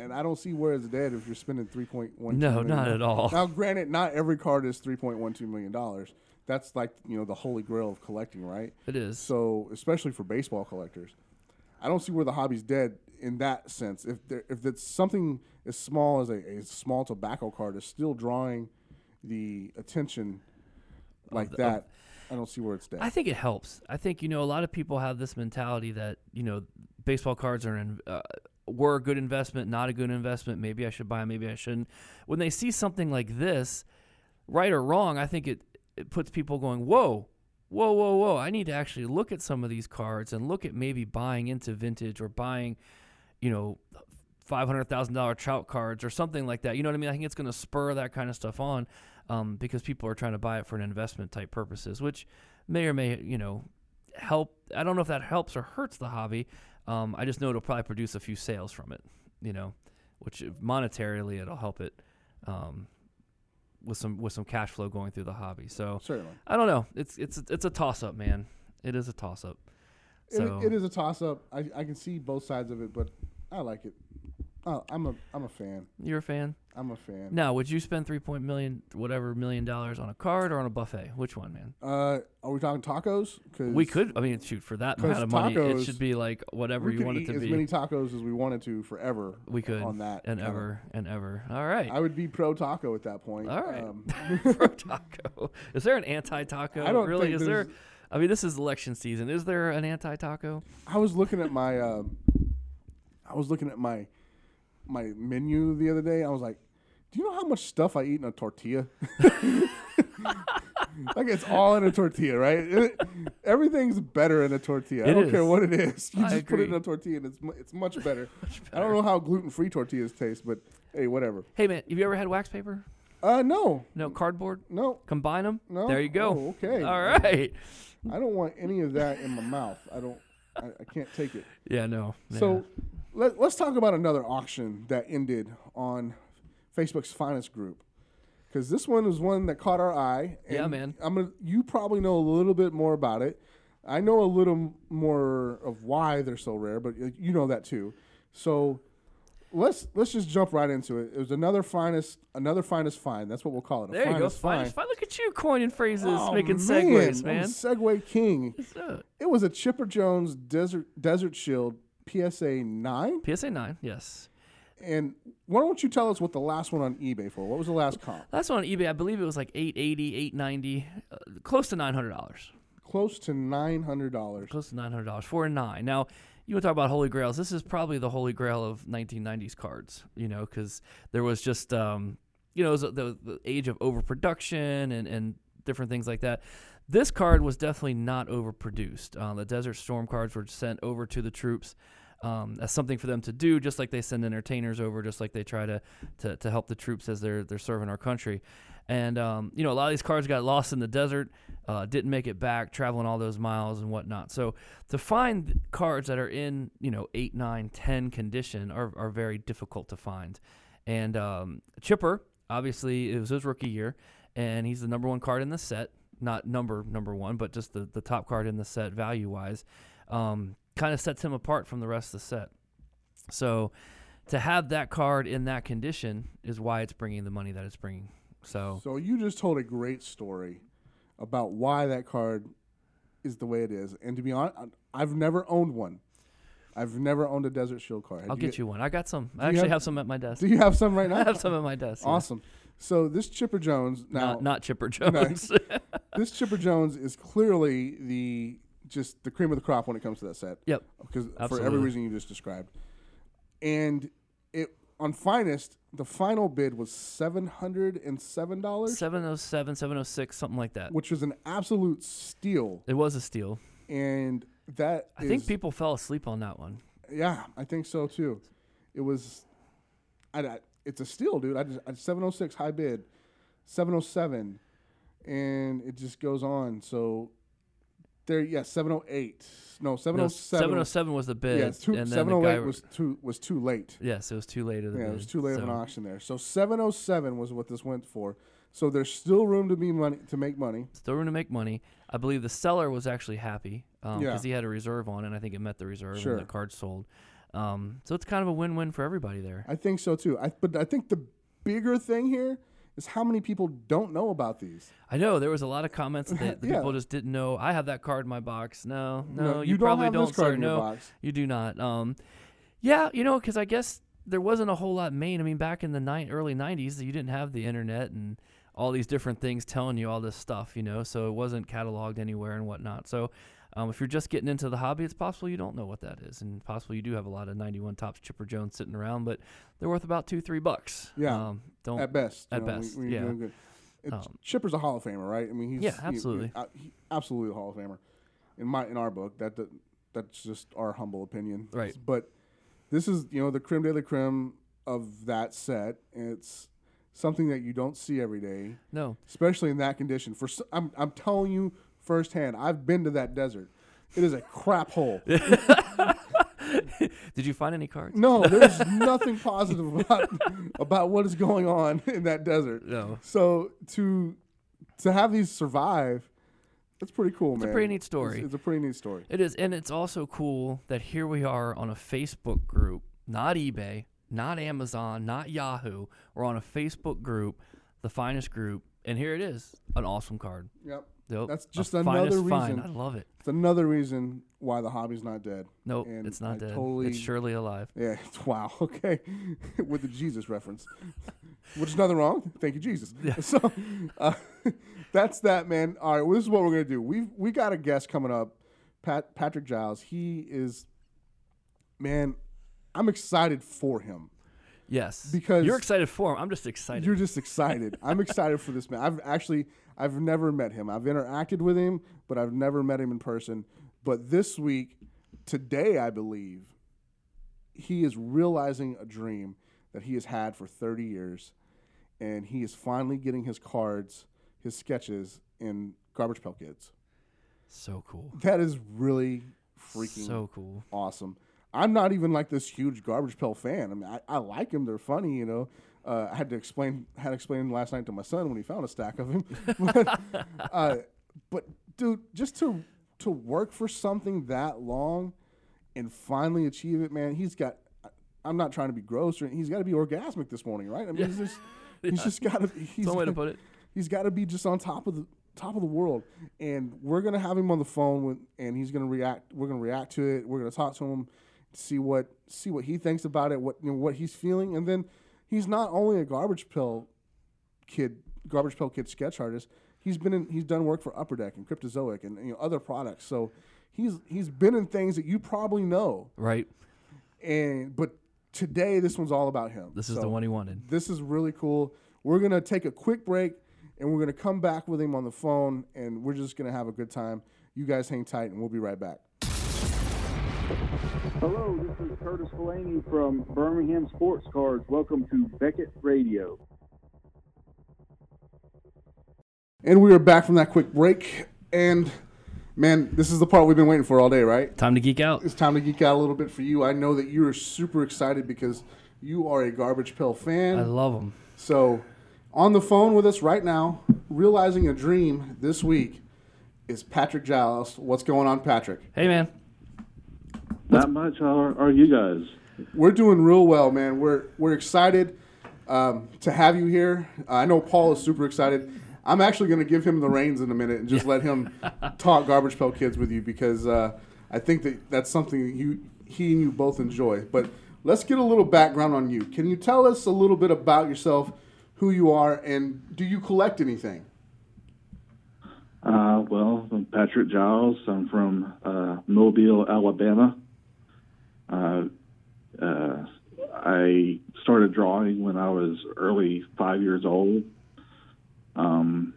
And I don't see where it's dead if you're spending three point one.
No, not at all. [LAUGHS]
Now, granted, not every card is three point one two million dollars. That's like you know the holy grail of collecting, right?
It is.
So, especially for baseball collectors, I don't see where the hobby's dead in that sense. If there, if it's something as small as a, a small tobacco card is still drawing the attention like
the- of-
that, I don't see where it's dead.
I think it helps. I think you know a lot of people have this mentality that you know baseball cards are in, uh, were a good investment, not a good investment. Maybe I should buy, 'em, maybe I shouldn't. When they see something like this, right or wrong, I think it it puts people going, "Whoa, whoa, whoa, whoa! I need to actually look at some of these cards and look at maybe buying into vintage or buying, you know." Five hundred thousand dollar trout cards or something like that. You know what I mean? I think it's going to spur that kind of stuff on, um, because people are trying to buy it for an investment type purposes, which may or may you know help. I don't know if that helps or hurts the hobby. Um, I just know it'll probably produce a few sales from it, you know, which monetarily it'll help it um, with some with some cash flow going through the hobby. So
Certainly,
I don't know. It's it's it's a toss up, man. It is a toss up.
It-
So
it is a toss up. I, I can see both sides of it, but I like it. Uh, I'm a I'm a fan.
you're a fan.
I'm a fan.
Now, would you spend three point million whatever million dollars on a card or on a buffet? Which one, man?
Uh, are we talking tacos? 'Cause
We could. I mean, shoot for that
'Cause
amount of money, it
tacos-
should be like whatever
we
you
could
want it
eat
to
as
be.
many tacos as we wanted to forever.
we could
on that
and
kinda-
ever and ever. All right.
I would be pro taco at that point.
All right.
Um,
[LAUGHS] Pro taco. Is there an anti taco?
I don't
really.
think
is there?
there's-
I mean, this is election season. Is there an anti taco?
I was looking at my, um I was looking at my, my menu the other day. I was like, do you know how much stuff I eat in a tortilla? [LAUGHS] like it's all in a tortilla, right? It- everything's better in a tortilla. I
It
don't care
is.
what it is. You
I
just put it in
agree.
a tortilla, and it's mu- it's much
[LAUGHS]
better. I don't know how gluten free tortillas taste, but hey, whatever.
Hey, man, have you ever had wax paper?
Uh, no,
No, cardboard?
no,
Combine them?
No?
There you go.
Oh, okay.
All right.
I don't want any of that in my mouth. I don't. I, I can't take it.
Yeah, no. yeah.
So let, let's talk about another auction that ended on Facebook's finest group. Because this one was one that caught our eye. And
Yeah, man.
I'm gonna, you probably know a little bit more about it. I know a little m- more of why they're so rare, but y- you know that too. So let's let's just jump right into it. It was another finest, another finest find. That's what we'll call it. A
there you go.
finest
Fine.
find.
fine. Look at you coining phrases,
Oh, man,
making segues,
I'm a
man.
Segway king.
So,
It was a Chipper Jones Desert Desert Shield PSA nine.
PSA 9, yes.
And why don't you tell us what the last one on eBay for? What was the last comp?
That's on eBay. I believe it was like 880 890 uh, close to $900.
Close to nine hundred dollars.
close to nine hundred dollars, four and nine. Now, you want to talk about holy grails? This is probably the holy grail of nineteen nineties cards. You know, because there was just um, you know, it was the, the age of overproduction and and different things like that. This card was definitely not overproduced. Uh, the Desert Storm cards were sent over to the troops. Um, as something for them to do, just like they send entertainers over, just like they try to, to, to help the troops as they're they're serving our country, and um, you know a lot of these cards got lost in the desert, uh, didn't make it back, traveling all those miles and whatnot. So to find cards that are in you know eight, nine, ten condition are are very difficult to find. And um, Chipper, obviously, it was his rookie year, and he's the number one card in the set. Not number number one, but just the, the top card in the set value wise, um, kind of sets him apart from the rest of the set. So to have that card in that condition is why it's bringing the money that it's bringing. So,
So you just told a great story about why that card is the way it is. And to be honest, I've never owned one. I've never owned a Desert Shield card. Had
I'll get you one. I got some. I
you
actually have,
have-
some at my
[LAUGHS]
desk.
Do you have some right now?
[LAUGHS] I have some at my desk. yeah.
Awesome. So this Chipper Jones now
Not, not Chipper Jones. [LAUGHS]
this Chipper Jones is clearly the just the cream of the crop when it comes to that set.
Yep.
Because for every
Absolutely.
reason you just described. And it on finest, the final bid was seven hundred and seven dollars,
707, 706, something like that.
which was an absolute steal.
It was a steal.
And that
I think
is-
people fell asleep on that one.
yeah, I think so too. It was, I, I- it's a steal, dude. I just I, 706 high bid, 707, and it just goes on. So there, yeah, 708. No,
No,
707.
707 was the bid.
yeah, two,
and then the
708
guy,
was too was too late.
Yes, it was too late. Of the
Yeah,
bid,
it was too late
so.
of an auction there. So 707 was what this went for. So there's still room to be money to make money.
Still room to make money. I believe the seller was actually happy because
Yeah.
he had a reserve on, and I think it met the reserve,
Sure.
and the card sold. Um, so it's kind of a win-win for everybody there.
I think so too. I, but I think the bigger thing here is how many people don't know about these.
I know there was a lot of comments
[LAUGHS]
that the
Yeah.
people just didn't know. I have that card in my box. No, no,
No,
you,
you don't
probably
have
don't,
this card
sir.
in your
no,
box.
you do not. Um, yeah, you know, because I guess there wasn't a whole lot made. I mean, back in the ni- early '90s, you didn't have the internet and all these different things telling you all this stuff. You know, so it wasn't cataloged anywhere and whatnot. So. Um, if you're just getting into the hobby, it's possible you don't know what that is, and possible you do have a lot of '91 tops Chipper Jones sitting around, but they're worth about two, three bucks.
Yeah,
um, don't
At best, you
At
know, when-
best,
when you're
yeah. Um,
doing good. It- Chipper's a Hall of Famer, right? I mean, he's
Yeah,
he- he-
absolutely.
uh, he- absolutely a Hall of Famer. In my in our book, that, that that's just our humble opinion,
Right.
But this is you know the creme de la creme of that set. It's something that you don't see every day.
no.
especially in that condition. For s- I'm, I'm telling you firsthand, I've been to that desert. It is a crap
[LAUGHS]
hole.
Did you find any cards?
No,
[LAUGHS]
there's nothing positive about about what is going on in that desert.
No.
So to to have these survive, that's pretty cool, man. It's
pretty neat story.
It's, a pretty neat story.
It is, and it's also cool that here we are on a Facebook group, not eBay, not Amazon, not Yahoo. We're on a Facebook group, the finest group, and here it is, an awesome card.
Yep.
Dope.
That's
A
just
finest
another
find.
reason.
I love it.
It's another reason why the hobby's not dead.
Nope,
And
it's not
I
dead.
Totally,
It's surely alive.
Yeah. [LAUGHS] Wow. Okay. With the Jesus reference, [LAUGHS] which is nothing wrong. Thank you, Jesus. [LAUGHS] So uh, that's that, man. All right. Well, this is what we're gonna do. We've we got a guest coming up, Pat Patrick Giles. He is, man. I'm excited for him.
Yes,
Because-
you're excited for him. I'm just excited.
You're just excited. I'm excited for this man. I've actually I've never met him. I've interacted with him, but I've never met him in person. But this week, today I believe, he is realizing a dream that he has had for 30 years and he is finally getting his cards, his sketches in Garbage Pail Kids.
so cool.
That is really freaking
So cool.
awesome. I'm not even like this huge garbage pail fan. I mean, I, I like them; they're funny, you know. Uh, I had to explain had to explain last night to my son when he found a stack
[LAUGHS]
of them. but, uh, but dude, just to to work for something that long and finally achieve it, man, he's got. I- I'm not trying to be gross, or he's got to be orgasmic this morning, right? I mean, he's just
[LAUGHS]
he's just got to. He's
one way to
gotta-
put it.
He's got to be just on top of the top of the world, and we're gonna have him on the phone with, and he's gonna react. We're gonna react to it. We're gonna talk to him, see what see what he thinks about it, what you know, what he's feeling, and then he's not only a garbage pill kid, garbage pill kid sketch artist. He's been in, he's done work for Upper Deck and Cryptozoic and you know other products. So he's he's been in things that you probably know,
Right.
and but today this one's all about him.
This is the
So-
one he wanted.
this is really cool. We're gonna take a quick break and we're gonna come back with him on the phone and we're just gonna have a good time. You guys hang tight and we'll be right back.
Hello, this is Curtis Fellaini from Birmingham Sports Cards. Welcome to Beckett Radio.
And we are back from that quick break. And man, this is the part we've been waiting for all day, right?
Time to geek out.
It's time to geek out a little bit for you. I know that you're super excited because you are a garbage pill fan.
I love him.
So, on the phone with us right now, realizing a dream this week is Patrick Giles. What's going on, Patrick?
Hey man,
Not much. How are, are you guys?
We're doing real well, man. We're we're excited um, to have you here. Uh, I know Paul is super excited. I'm actually going to give him the reins in a minute and just let him talk garbage pail kids with you because uh, I think that that's something you he and you both enjoy. But let's get a little background on you. Can you tell us a little bit about yourself, who you are, and do you collect anything?
Uh, well, I'm Patrick Giles. I'm from uh, Mobile, Alabama. Uh, uh, I started drawing when I was early five years old. Um,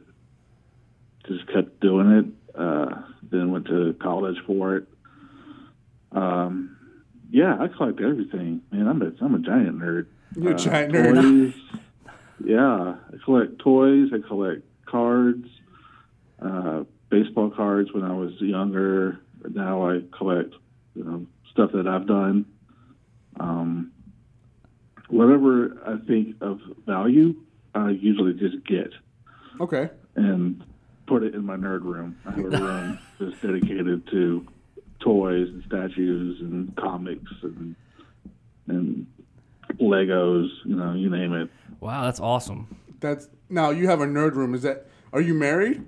just kept doing it. Uh, then went to college for it. Um, yeah, I collect everything. Man, I'm a I'm a giant nerd.
You're a
Uh,
giant nerd.
Toys. yeah, I collect toys. I collect cards, uh, baseball cards when I was younger. Now I collect you know, stuff that I've done. Um, whatever I think of value, I usually just get
Okay.
and put it in my nerd room. I have a room that's dedicated to toys and statues and comics and and Legos, you know, you name it.
Wow, that's awesome.
That's now you have a nerd room. Is that? Are you married?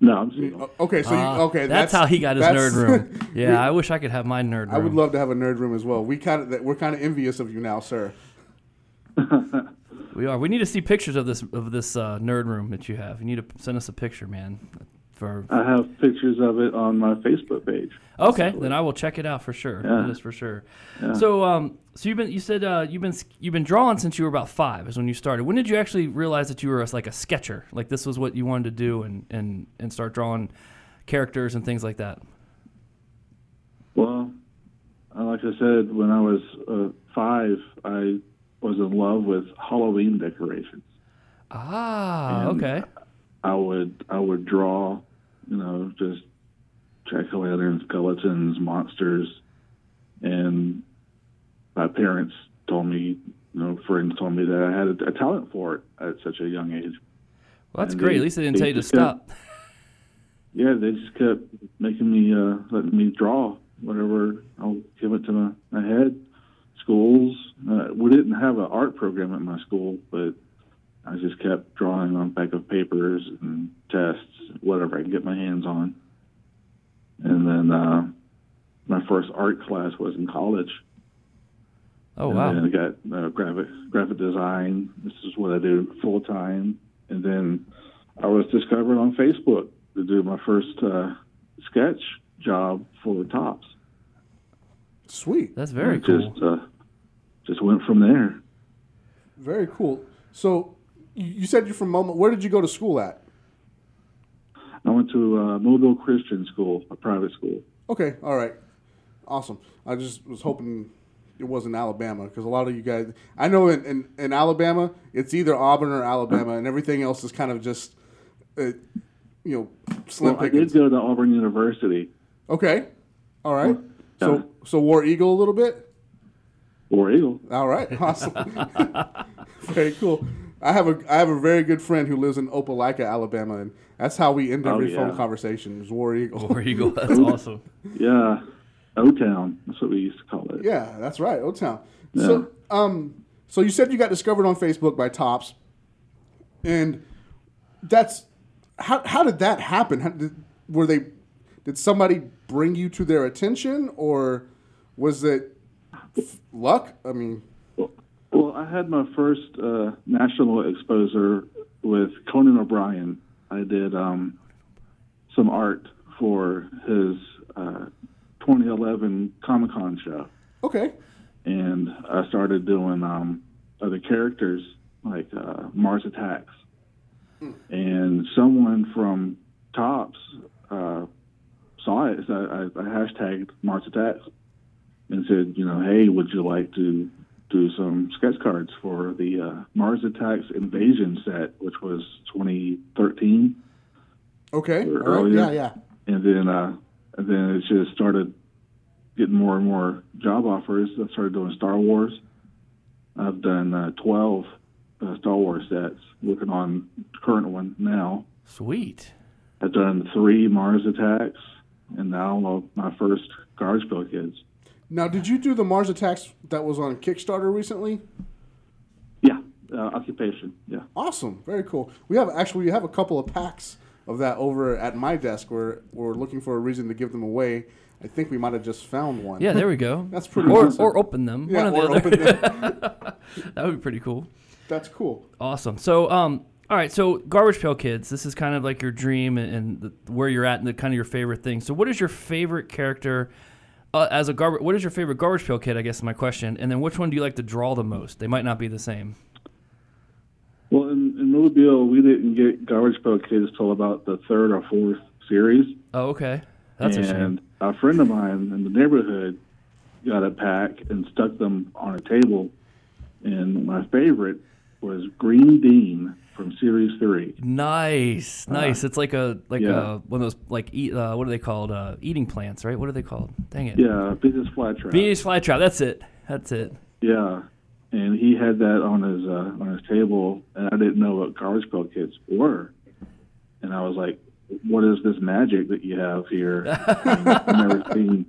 No, I'm single.
Okay, so
Ah,
you, okay, that's,
that's, how he got his
that's-
nerd room. Yeah, I wish I could have my nerd room.
[LAUGHS] I would love to have a nerd room as well. We kind of we're kind of envious of you now, sir.
We are. We need to see pictures of this of this uh, nerd room that you have. You need to send us a picture, man. For
I have pictures of it on my Facebook page.
okay, then I will check it out for sure. That is for sure. So, um, so you've been you said uh, you've been sk- you've been drawing since you were about five is when you started. When did you actually realize that you were a, like a sketcher? Like this was what you wanted to do and and and start drawing characters and things like that.
Well, uh, like I said, when I was uh, five, I was in love with Halloween decorations.
Ah,
And-
okay.
I would I would draw, you know, just jack o' lanterns, skeletons, monsters, and my parents told me, you know, friends told me that I had a, a talent for it at such a young age.
Well, that's
and
great.
they-
At least they didn't
they
tell you to
just go-
stop.
Yeah, they just kept making me, uh, letting me draw whatever I'll give it to my, my head. Schools, uh, we didn't have an art program at my school, but I just kept drawing on back of papers and tests, whatever I can get my hands on. And then uh, my first art class was in college.
Oh wow.
And then I got uh, graphic graphic design. This is what I do full time. And then I was discovered on Facebook to do my first uh, sketch job for Tops.
Sweet,
That's very
It
cool. [LAUGHS]
Just uh, just went from there.
very cool. So you you said you're from Moma. Where did you go to school at?
I went to uh, Mobile Christian School, a private school.
Okay, all right, awesome. I just was hoping it wasn't Alabama because a lot of you guys, I know in, in, in Alabama, it's either Auburn or Alabama, and everything else is kind of just, uh, you know, slim
Well, I did
pickings.
go to Auburn University
Okay, all right.
Yeah.
So so War Eagle a little bit.
War Eagle.
All
[LAUGHS]
right, awesome. [LAUGHS] very cool. I have a I have a very good friend who lives in Opelika, Alabama, and that's how we end
Oh,
every
yeah.
phone conversation. Is War Eagle.
War Eagle.
[LAUGHS]
That's awesome.
Yeah, O Town. That's what we used to call
[LAUGHS]
it.
Yeah, that's right, O Town. So, um, so you said you got discovered on Facebook by Tops, and that's how how did that happen? How did, were they did somebody bring you to their attention, or was it f- luck? I mean,
Well, I had my first uh, national exposure with Conan O'Brien. I did um, some art for his uh, 2011 Comic Con show,
okay,
and I started doing um, other characters like uh, Mars Attacks. And someone from Tops uh, saw it. So I, I hashtagged Mars Attacks and said, you know, hey, would you like to do some sketch cards for the uh, Mars Attacks Invasion set, which was 2013?
okay,
Or
all right,
earlier.
yeah, yeah.
And then, uh, and then it just started getting more and more job offers. I started doing Star Wars. I've done uh, 12 uh, Star Wars sets, working on the current one now.
Sweet.
I've done three Mars Attacks, and now uh, my first Guardsville Kids.
Now, did you do the Mars attacks that was on Kickstarter recently?
Yeah, uh, occupation. Yeah.
Awesome, very cool. We have actually we have a couple of packs of that over at my desk. We're we're looking for a reason to give them away. I think we might have just found one.
Yeah, there we go.
That's pretty
Or,
awesome.
or open them.
Yeah,
One or the
or
other.
open them.
[LAUGHS] That would be pretty cool.
That's cool.
Awesome. So, um, all right. So, Garbage Pail Kids. This is kind of like your dream and, and the, where you're at, and the kind of your favorite thing. So, what is your favorite character uh, as a garbage? What is your favorite Garbage Pail Kid? I guess is my question. And then, which one do you like to draw the most? They might not be the same.
Well, in, in Mobile, we didn't get Garbage Pail Kids till about the third or fourth series,
Oh, okay. That's a
and
shame.
a friend of mine in the neighborhood got a pack and stuck them on a table. And my favorite was Green Bean from Series Three.
Nice, nice. it's like a like
Ah. yeah.
a, one of those like eat, uh, what are they called? Uh, eating plants, right? What are they called? Dang it.
Yeah, biggest flat trap.
Venus flytrap. That's it. That's it.
Yeah, and he had that on his uh, on his table, and I didn't know what Garbage Pail Kids were, and I was like, "What is this magic that you have here? I've never seen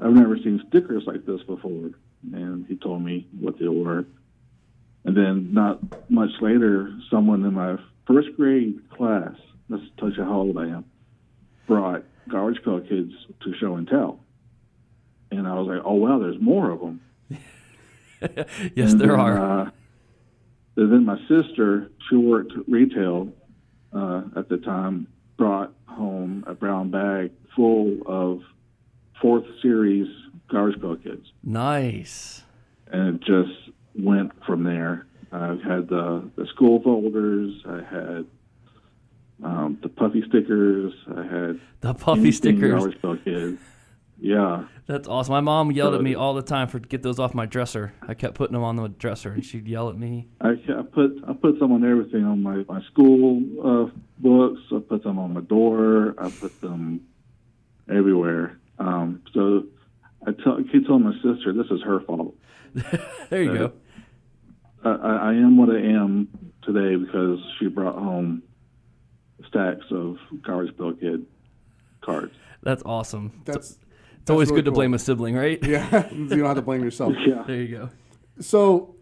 I've never seen stickers like this before." And he told me what they were, and then not much later, someone in my first grade class, this tells you how old I am, brought Garbage Pail Kids to show and tell. And I was like, oh, wow, there's more of them.
Yes,
And
there
then,
are.
Uh, and then my sister, she worked retail uh, at the time, brought home a brown bag full of fourth series garbage pail kids,
Nice.
and it just went from there. I've had the, the school folders, I had um, the puffy stickers, I had
The puffy
anything
stickers.
Garbage pail kids. Yeah,
That's awesome. My mom yelled at
So-
me all the time for get those off my dresser. I kept putting them on the dresser, and she'd yell at me.
I, I put I put some on everything on my my school uh, books. I put them on my door. I put them everywhere. Um, so I tell I keep telling my sister this is her fault.
There you go.
I, I, I am what I am today because she brought home stacks of garbage bill kid cards.
That's awesome.
That's [LAUGHS]
It's always
really
good to
cool.
blame a sibling, right?
yeah. you don't have to blame yourself.
[LAUGHS] Yeah,
[LAUGHS] There you go.
So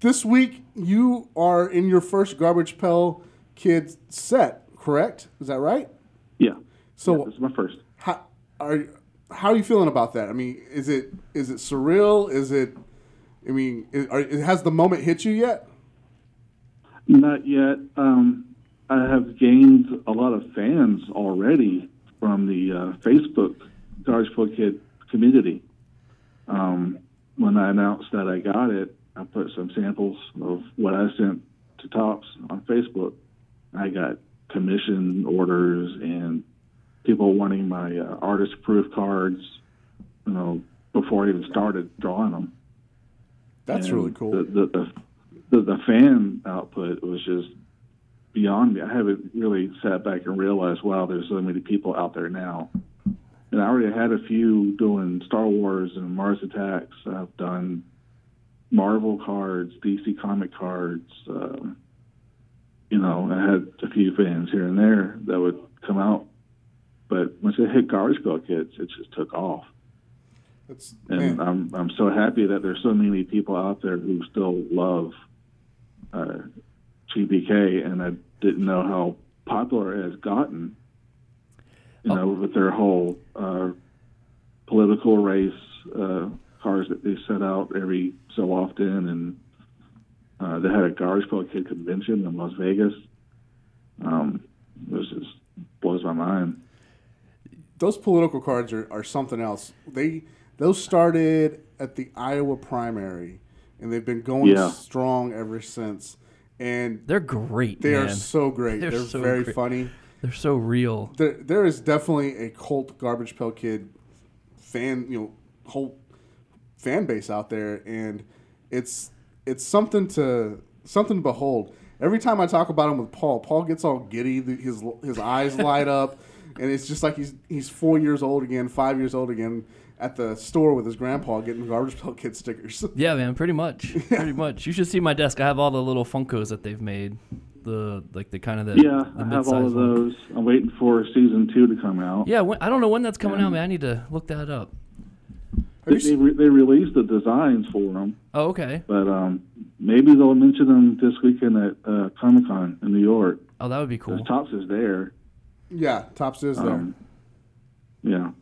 this week you are in your first garbage pail kids set, correct? Is that right?
yeah.
So
This is my first.
how are how are you feeling about that? I mean, is it is it surreal? Is it? I mean, i are, has the moment hit you yet?
Not yet. Um, I have gained a lot of fans already from the uh, Facebook Garbage Pail Kid community. Um, when I announced that I got it, I put some samples of what I sent to Tops on Facebook. I got commission orders and people wanting my uh, artist proof cards, you know, before I even started drawing them.
That's
And
really cool.
The the, the the the fan output was just beyond me. I haven't really sat back and realized, wow, there's so many people out there now. And I already had a few doing Star Wars and Mars Attacks. I've done Marvel cards, DC comic cards. Uh, you know, I had a few fans here and there that would come out. But once it hit Garbage Pail Kids, it just took off
That's,
and
man,
I'm I'm so happy that there's so many people out there who still love uh, GBK, and I didn't know how popular it has gotten. You
Oh.
know, with their whole uh, political race uh, cars that they set out every so often, and uh, they had a Garbage Pail Kid convention in Las Vegas. Um, it was just blows my mind.
those political cards are, are something else. They those started at the Iowa primary, and they've been going
Yeah.
strong ever since. And
They're great.
they are
man.
so great.
They're
They're,
so
very
great.
funny.
They're so real.
there there is definitely a cult garbage pail kid fan you know whole fan base out there and it's it's something to something to behold every time i talk about him with paul paul gets all giddy the- his his eyes light up and it's just like he's he's four years old again five years old again at the store with his grandpa getting garbage pail kid stickers [LAUGHS]
Yeah, man, pretty much. Pretty much. You should see my desk. I have all the little Funkos that they've made. The like the kind of the
Yeah,
the
I have all of
mid-sized one.
those. I'm waiting for season two to come out.
Yeah, when, I don't know when that's coming out, man. I need to look that up.
They, they, re- they released the designs for them,
Oh, okay.
but um, maybe they'll mention them this weekend at uh, Comic Con in New York.
Oh, that would be cool.
Tops is there.
yeah tops is there
Um, Yeah.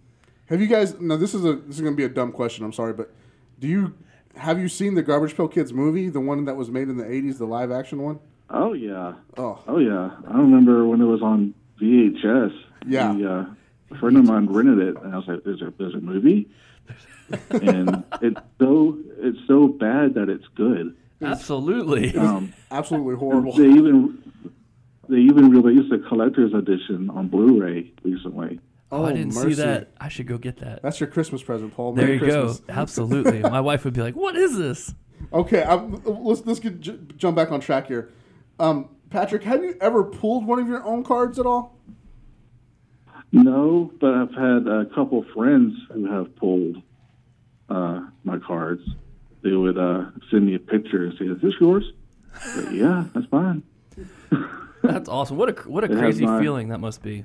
Have you guys? No, this is a this is gonna be a dumb question. I'm sorry, but do you have you seen the Garbage Pail Kids movie, the one that was made in the '80s, the live action one?
Oh yeah.
Oh.
yeah. I remember when it was on VHS.
Yeah.
The, uh, a friend of mine rented it, and I was like, "Is there there's
[LAUGHS]
a movie?" and it's so it's so bad that it's good.
Absolutely.
Um,
Absolutely
They [LAUGHS]
horrible.
even they even released a collector's edition on Blu-ray recently.
Oh, I didn't
mercy.
see that. I should go get that.
That's your Christmas present, Paul.
there
Merry
you
Christmas.
go. Absolutely. My wife would be like, "What is this?"
Okay, I'm, let's let's get, j- jump back on track here. Um, Patrick, have you ever pulled one of your own cards at all?
No, but I've had a couple friends who have pulled uh, my cards. They would uh, send me a picture and say, "Is this yours?" I said, yeah, that's mine.
That's awesome. What a cr- what a
has
crazy
mine.
feeling that must be.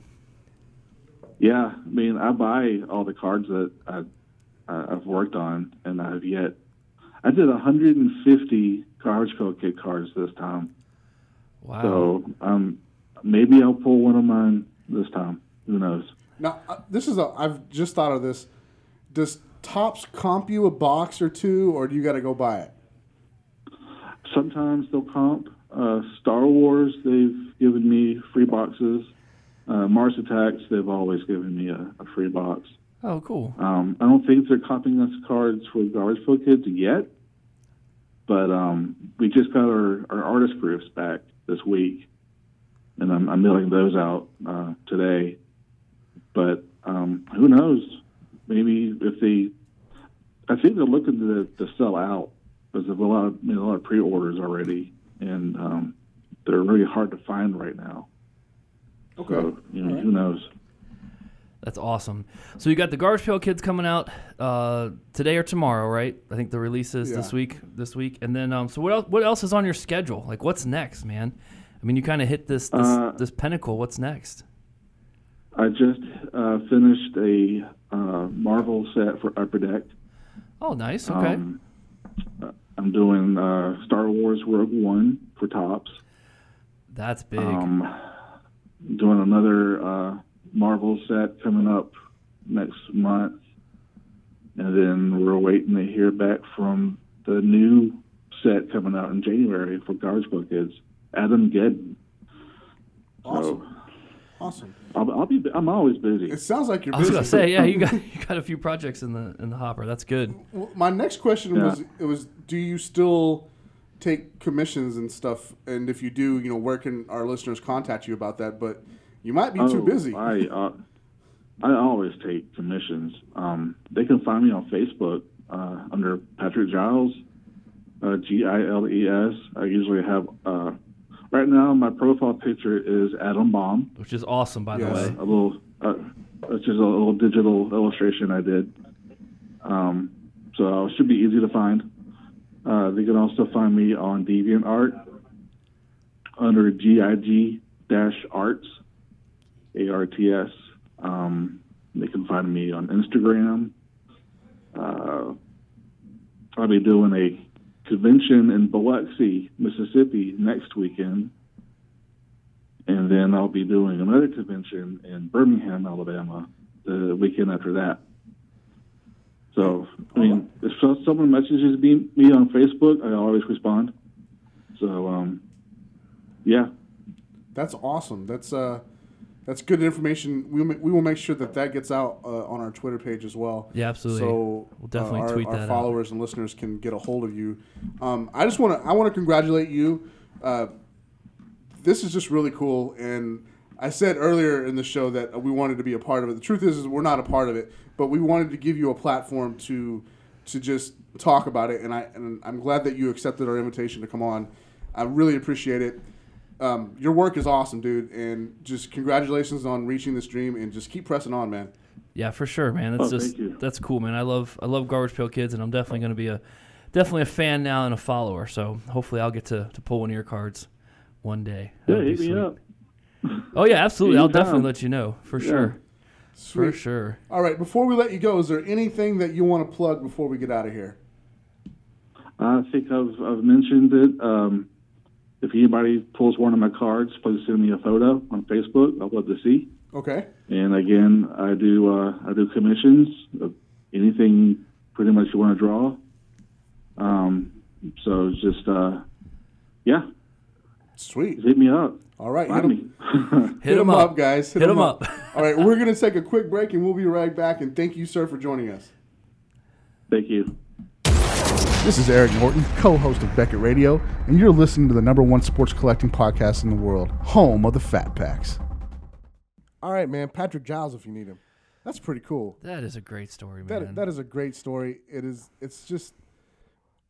Yeah, I mean, I buy all the cards that I, I, I've worked on, and I have yet. I did 150 Garbage Pail Kid cards this time,
Wow.
so um, maybe I'll pull one of mine this time. Who knows?
Now, uh, this is a. I've just thought of this. Does Tops comp you a box or two, or do you got to go buy it?
Sometimes they'll comp. Uh, Star Wars, they've given me free boxes. Uh, Mars Attacks, they've always given me a, a free box.
oh, cool.
Um, I don't think they're copying us cards for Garbage Pail Kids yet, but um, we just got our, our artist groups back this week, and I'm, I'm mailing those out uh, today. But um, who knows? Maybe if they, I think they're looking to, to sell out because there's a lot of you know, a lot of pre-orders already, and um, they're really hard to find right now.
Okay.
So you know, who knows?
That's awesome. So you got the Garbage Pail Kids coming out uh, today or tomorrow, right? I think the release is this
Yeah.
week. This week, and then um, so what else? What else is on your schedule? Like, what's next, man? I mean, you kind of hit this this,
Uh,
this pinnacle. What's next?
I just uh, finished a uh, Marvel set for Upper Deck.
Oh, nice. Okay.
Um, I'm doing uh, Star Wars Rogue One for tops.
That's big.
Um, doing another uh, Marvel set coming up next month, and then we're waiting to hear back from the new set coming out in January for Garbage Book Kids, Adam Geddon.
Awesome.
So
Awesome.
I'll, I'll be. I'm always
[LAUGHS]
busy.
It sounds like you're
I was
busy.
gonna say, yeah, you got [LAUGHS] you got a few projects in the in the hopper. That's good.
Well, My next question
Yeah.
was: It was, do you still take commissions and stuff? And if you do, you know, where can our listeners contact you about that? But you might be too
Oh,
busy.
I uh, I always take commissions. Um, they can find me on Facebook uh, under Patrick Giles, uh, G I L E S. I usually have uh, right now my profile picture is Adam Baum,
Which is awesome, by
Yes.
the
a
way.
little uh, which is a little digital illustration I did. Um, so it should be easy to find. Uh, they can also find me on DeviantArt under GIG arts, A R T S. Um, they can find me on Instagram. Uh, I'll be doing a convention in Biloxi, Mississippi next weekend. And then I'll be doing another convention in Birmingham, Alabama the weekend after that. So, I mean, if so- someone messages me, me on Facebook, I always respond. So, um, yeah,
That's awesome. That's uh, that's good information. We ma- we will make sure that that gets out uh, on our Twitter page as well.
Yeah, absolutely.
So
We'll definitely
uh, our,
tweet
our
that out.
followers and listeners can get a hold of you. Um, I just want to I want to congratulate you. Uh, this is just really cool. And I said earlier in the show that we wanted to be a part of it. The truth is, is we're not a part of it, but we wanted to give you a platform to to just talk about it. And I and I'm glad that you accepted our invitation to come on. I really appreciate it. Um, your work is awesome, dude, and just congratulations on reaching this dream, and just keep pressing on, man.
Yeah, for sure, man. That's
Oh,
just
thank you.
that's cool, man. I love I love Garbage Pail Kids, and I'm definitely gonna be a definitely a fan now and a follower. So hopefully, I'll get to, to pull one of your cards one day. That
yeah,
would be
hit me
sweet.
up.
Oh yeah, absolutely. I'll
Anytime.
definitely let you know for sure. For
Sweet.
sure.
All right, before we let you go, is there anything that you want to plug before we get out of here?
I think I've, I've mentioned it. Um, if anybody pulls one of my cards, please send me a photo on Facebook. I'd love to see.
Okay.
And again, I do uh, I do commissions, of anything pretty much you want to draw. Um, so it's just uh, yeah,
Sweet.
hit me up,
All right.
find me. [LAUGHS]
Hit, 'em
him up, guys.
Hit
'em
'em up. [LAUGHS]
All right, we're going to take a quick break and we'll be right back. And thank you, sir, for joining us.
Thank you.
This is Eric Norton, co host of Beckett Radio, and you're listening to the number one sports collecting podcast in the world, home of the Fat Packs.
All right, man. Patrick Giles, if you need him. That's pretty cool.
That is a great story, man.
That that is a great story. It is. It's just.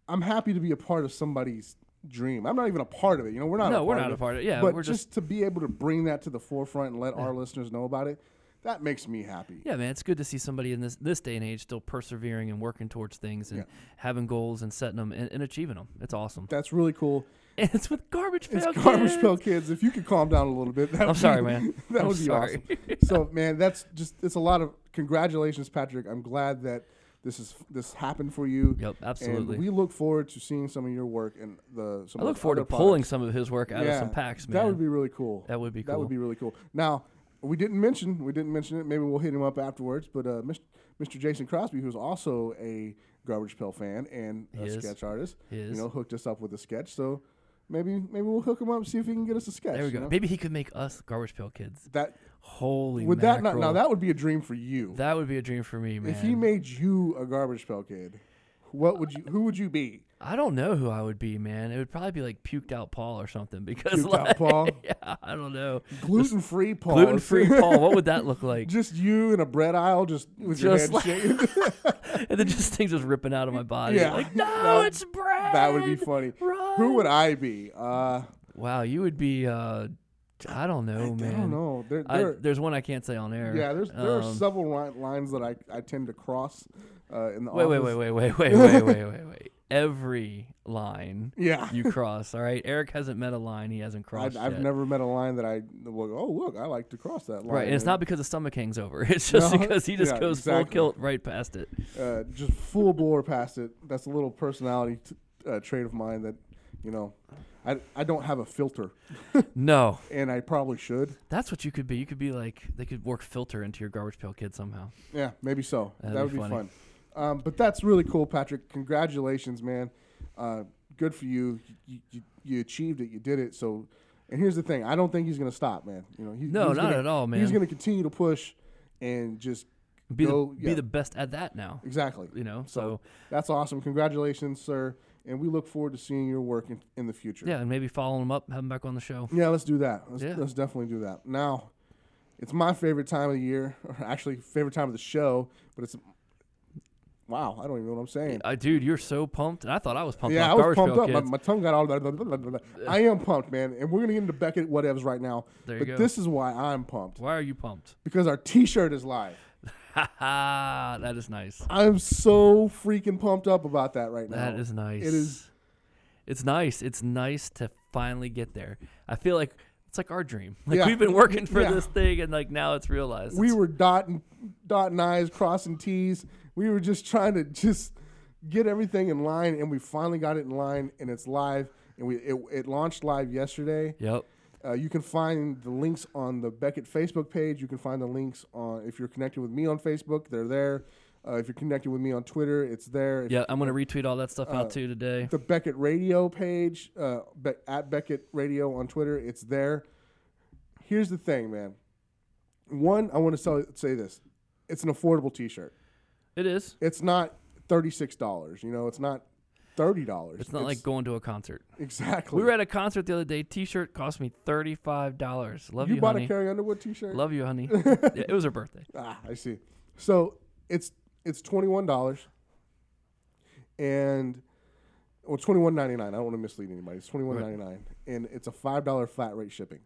I'm happy to be a part of somebody's dream. I'm not even a part of it. You know, we're not.
No,
a
we're
part
not
of
a part of it. Yeah,
but
we're
just, to be able to bring that to the forefront and let our listeners know about it, that makes me happy.
Yeah, man, it's good to see somebody in this this day and age still persevering and working towards things and having goals and setting them and, and achieving them. It's awesome.
That's really cool.
[LAUGHS] And it's with garbage pail.
It's Garbage
Kids.
Pail Kids. If you could calm down a little bit, that
I'm
would
sorry,
be- [LAUGHS]
man.
That
I'm
would be
sorry.
awesome. So, man, that's just it's a lot of congratulations, Patrick. I'm glad that this is this happened for you.
Yep, absolutely.
And we look forward to seeing some of your work and the. Some
I
of
look
the
forward to
other
pulling
products.
some of his work out of some packs, man.
That would be really cool.
That would be
That
cool.
would be really cool. Now, we didn't mention we didn't mention it. Maybe we'll hit him up afterwards. But uh, Mr. Mr. Jason Crosby, who's also a Garbage Pail fan and a
is.
sketch artist,
He
you
is.
know, hooked us up with a sketch. So maybe maybe we'll hook him up see if he can get us a sketch.
there we
you
go.
know?
Maybe he could make us garbage pail kids.
That
Holy
would that not, now
mackerel.
that would be a dream for you.
That would be a dream for me, man.
if he made you a Garbage Pail Kid, what would you? Who would you be?
I don't know who I would be, man. It would probably be like puked out Paul or something because
Puked out
like,
Paul?
[LAUGHS] yeah, I don't know.
Gluten free Paul.
Gluten
[LAUGHS]
free Paul. What would that look like?
Just you in a bread aisle, just with
Just
your
like-
head shaved. [LAUGHS]
and then just things just ripping out of my body.
Yeah. [LAUGHS]
Like, no,
That-
it's bread.
That would be funny.
Run.
Who would I be? Uh,
Wow, you would be. uh I don't know, man.
I don't know. There,
I-
there,
there's one I can't say on air.
yeah, there's there are
Um,
several ri- lines that I, I tend to cross uh, in the
Wait, wait,
office.
wait, wait, wait, wait, wait, wait, wait,
[LAUGHS]
wait. Every line
Yeah,
you cross, all right. Eric hasn't met a line he hasn't
I,
crossed.
I've
yet.
never met a line that I well, oh look, I like to cross that line.
Right, and it's not because the stomach hangs over. [LAUGHS] It's just
No,
because he just
yeah,
goes
exactly.
full kilt right past it.
uh, just full bore past it. That's a little personality t- uh, trait of mine that you know. I, I don't have a filter,
No,
and I probably should.
that's what you could be. You could be like they could work filter into your garbage pail kid somehow.
Yeah, maybe so.
That'd
that
be
would be,
funny.
fun. Um, but that's really cool, Patrick. Congratulations, man. Uh, good for you. You, you. you achieved it. You did it. So, and here's the thing: I don't think he's gonna stop, man. You know, he,
No,
he's
not
gonna-
at all,
He's
man.
gonna continue to push and just
Be
go.
the
yeah,
be the best at that now.
exactly.
You know, so
So- That's awesome. Congratulations, sir. And we look forward to seeing your work in, in the future.
yeah, and maybe following him up, have him back on the show.
Yeah, let's do that. Let's,
Yeah.
let's definitely do that. Now, it's my favorite time of the year, [LAUGHS] or actually favorite time of the show. But it's wow, I don't even know what I'm saying.
Uh, dude, you're so pumped, and I thought I was pumped.
Yeah,
off
I was
garbage
pumped
pail
up. My,
Kids.
my tongue got all. Blah, blah, blah, blah, blah. I am pumped, man. And we're gonna get into Beckett whatevs right now.
There you
but
go.
this is why I'm pumped
Why are you pumped? [LAUGHS]
because our T-shirt is live.
Ha ha! That is nice.
I'm so freaking pumped up about that right now.
That is nice.
It is.
It's nice. It's nice to finally get there. I feel like it's like our dream. [LAUGHS] Like
Yeah.
we've been working for
Yeah.
this thing, and like now it's realized.
We
It's-
were dotting, dotting I's, crossing T's. We were just trying to just get everything in line, and we finally got it in line, and it's live. And we it, it launched live yesterday.
Yep.
Uh, you can find the links on the Beckett Facebook page. You can find the links on if you're connected with me on Facebook, they're there. Uh, if you're connected with me on Twitter, it's there. If
Yeah, I'm gonna retweet all that stuff
Uh,
out too today.
The Beckett Radio page uh, Be- at Beckett Radio on Twitter, it's there. Here's the thing, man. One, I want to sell, say this: it's an affordable T-shirt.
It is.
It's not thirty-six dollars. You know, it's not thirty dollars.
It's not like going to a concert.
exactly.
We were at a concert the other day. T-shirt cost me thirty-five dollars. Love you,
you, bought
honey.
a Carrie Underwood T-shirt.
Love
[LAUGHS]
you, honey. Yeah, it was her birthday.
Ah, I see. So it's it's twenty one dollars, and or twenty one ninety nine. I don't want to mislead anybody. It's twenty one ninety nine, and it's a five dollar flat rate shipping.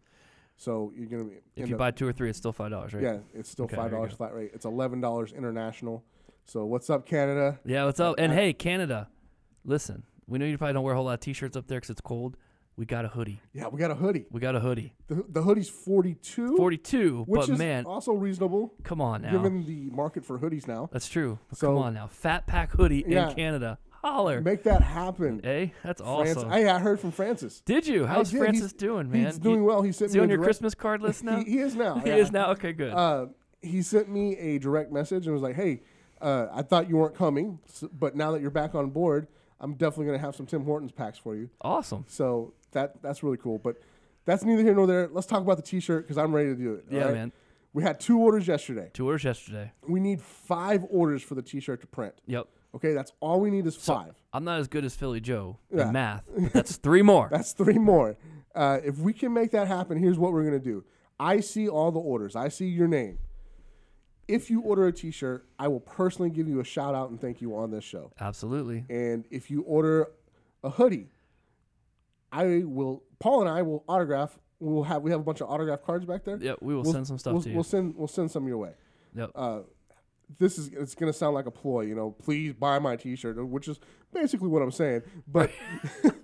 So you're gonna be
If
end
you
up-
buy two or three, it's still five dollars, right?
yeah, it's still
Okay, there you
five dollars
go.
flat rate. It's eleven dollars international. So what's up, Canada?
Yeah. What's up? And hey, Canada, listen. We know you probably don't wear a whole lot of T-shirts up there because it's cold. We got a hoodie.
Yeah, we got a hoodie.
We got a hoodie.
The, the hoodie's forty two,
Forty-two.
which
but
is
man,
also reasonable
come on now.
given the market for hoodies now.
That's true. But
So-
come on now, Fat Pack hoodie
Yeah.
in Canada. Holler.
Make that happen.
hey, that's
Francis,
awesome.
hey, I heard from Francis.
did you?
I
How's
did. He's-
Francis doing, man?
He's doing well. He sent
Is he
me a
on your
direct-
Christmas card list
[LAUGHS]
now? Oh,
He, he is now.
[LAUGHS] He
yeah.
is now. Okay, good.
Uh, he sent me a direct message and was like, "Hey, uh, I thought you weren't coming, s but now that you're back on board, I'm definitely gonna have some Tim Hortons packs for you."
awesome.
So that that's really cool. But that's neither here nor there. Let's talk about the T-shirt because I'm ready to do it. all
Yeah,
right?
man.
We had two orders yesterday.
Two orders yesterday.
We need five orders for the T-shirt to print.
Yep.
Okay, that's all we need is five.
I'm not as good as Philly Joe in
Yeah.
math.
[LAUGHS]
But that's three more.
That's three more. Uh, if we can make that happen, here's what we're gonna do. I see all the orders. I see your name. if you order a T-shirt, I will personally give you a shout out and thank you on this show.
Absolutely.
And if you order a hoodie, I will. Paul and I will autograph. We'll have we have a bunch of autograph cards back there.
Yeah, we will send some stuff
we'll-
to you.
We'll send we'll send some your way.
Yep.
Uh, This is it's gonna sound like a ploy, you know. Please buy my T-shirt, which is basically what I'm saying. But [LAUGHS]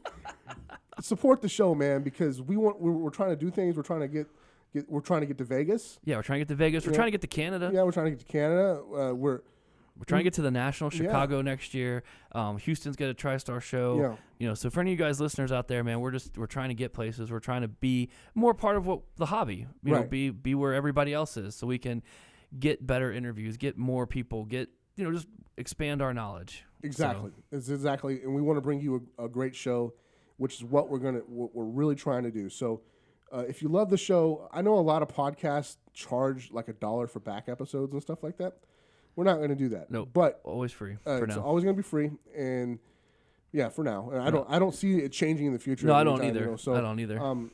support the show, man, because we want we're, we're trying to do things. We're trying to get, get we're trying to get to Vegas.
yeah, we're trying to get to Vegas. We're trying to get to Canada.
Yeah, we're trying to get to Canada. Uh, we're
We're
Mm.
trying to get to the national Chicago next year. Um, Houston's got a TriStar show.
Yeah.
You know, so for any of you guys listeners out there, man, we're just we're trying to get places. We're trying to be more part of what the hobby. You know,
Right.
be be where everybody else is, so we can get better interviews, get more people, get you know, just expand our knowledge. So,
Exactly. It's exactly, and we want to bring you a, a great show, which is what we're gonna what we're really trying to do. So, uh, if you love the show, I know a lot of podcasts charge like a dollar for back episodes and stuff like that. We're not gonna do that.
Nope.
But
always free
uh,
for
it's
now.
always gonna be free, and yeah, for now. And I don't I don't see it changing in the future.
No, I
anytime,
don't either.
you know, so,
I don't either.
Um,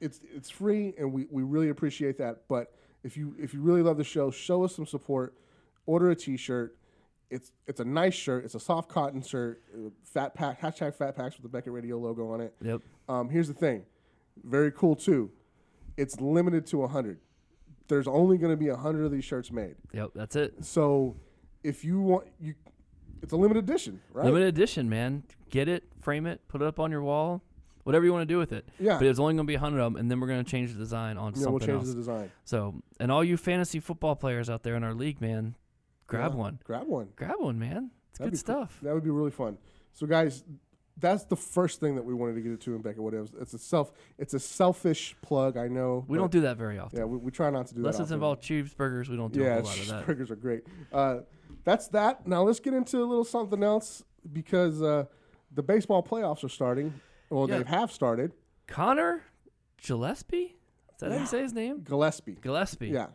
it's it's free, and we, we really appreciate that. But if you if you really love the show, show us some support. Order a T-shirt. It's it's a nice shirt. It's a soft cotton shirt. uh, Fat pack hashtag Fat Packs with the Beckett Radio logo on it.
Yep.
Um, here's the thing, very cool too. It's limited to hundred. There's only going to be hundred of these shirts made.
Yep. That's it.
So if you want you, it's a limited edition, right?
Limited edition, man. Get it, frame it, put it up on your wall, whatever you want to do with it.
Yeah.
But it's only going to be 100 of them, and then we're going to change the design on
You know,
something
we'll change
else.
the design.
So, and all you fantasy football players out there in our league, man, grab
Yeah,
one.
Grab one.
Grab one, man. It's
That'd
good
be cool.
stuff.
That would be really fun. So, guys, that's the first thing that we wanted to get into in Beckett. What ifs. It's a self. It's a selfish plug. I know.
We don't do that very often.
Yeah, we, we try not to do
Unless
that.
it's
often.
involved cheeseburgers, we don't do a
Yeah,
whole lot of that.
burgers are great. Uh, that's that. Now let's get into a little something else because uh, the baseball playoffs are starting. Well,
Yeah.
they have started.
Connor Gillespie? Is that how you say his name?
Gillespie.
Gillespie.
Yeah.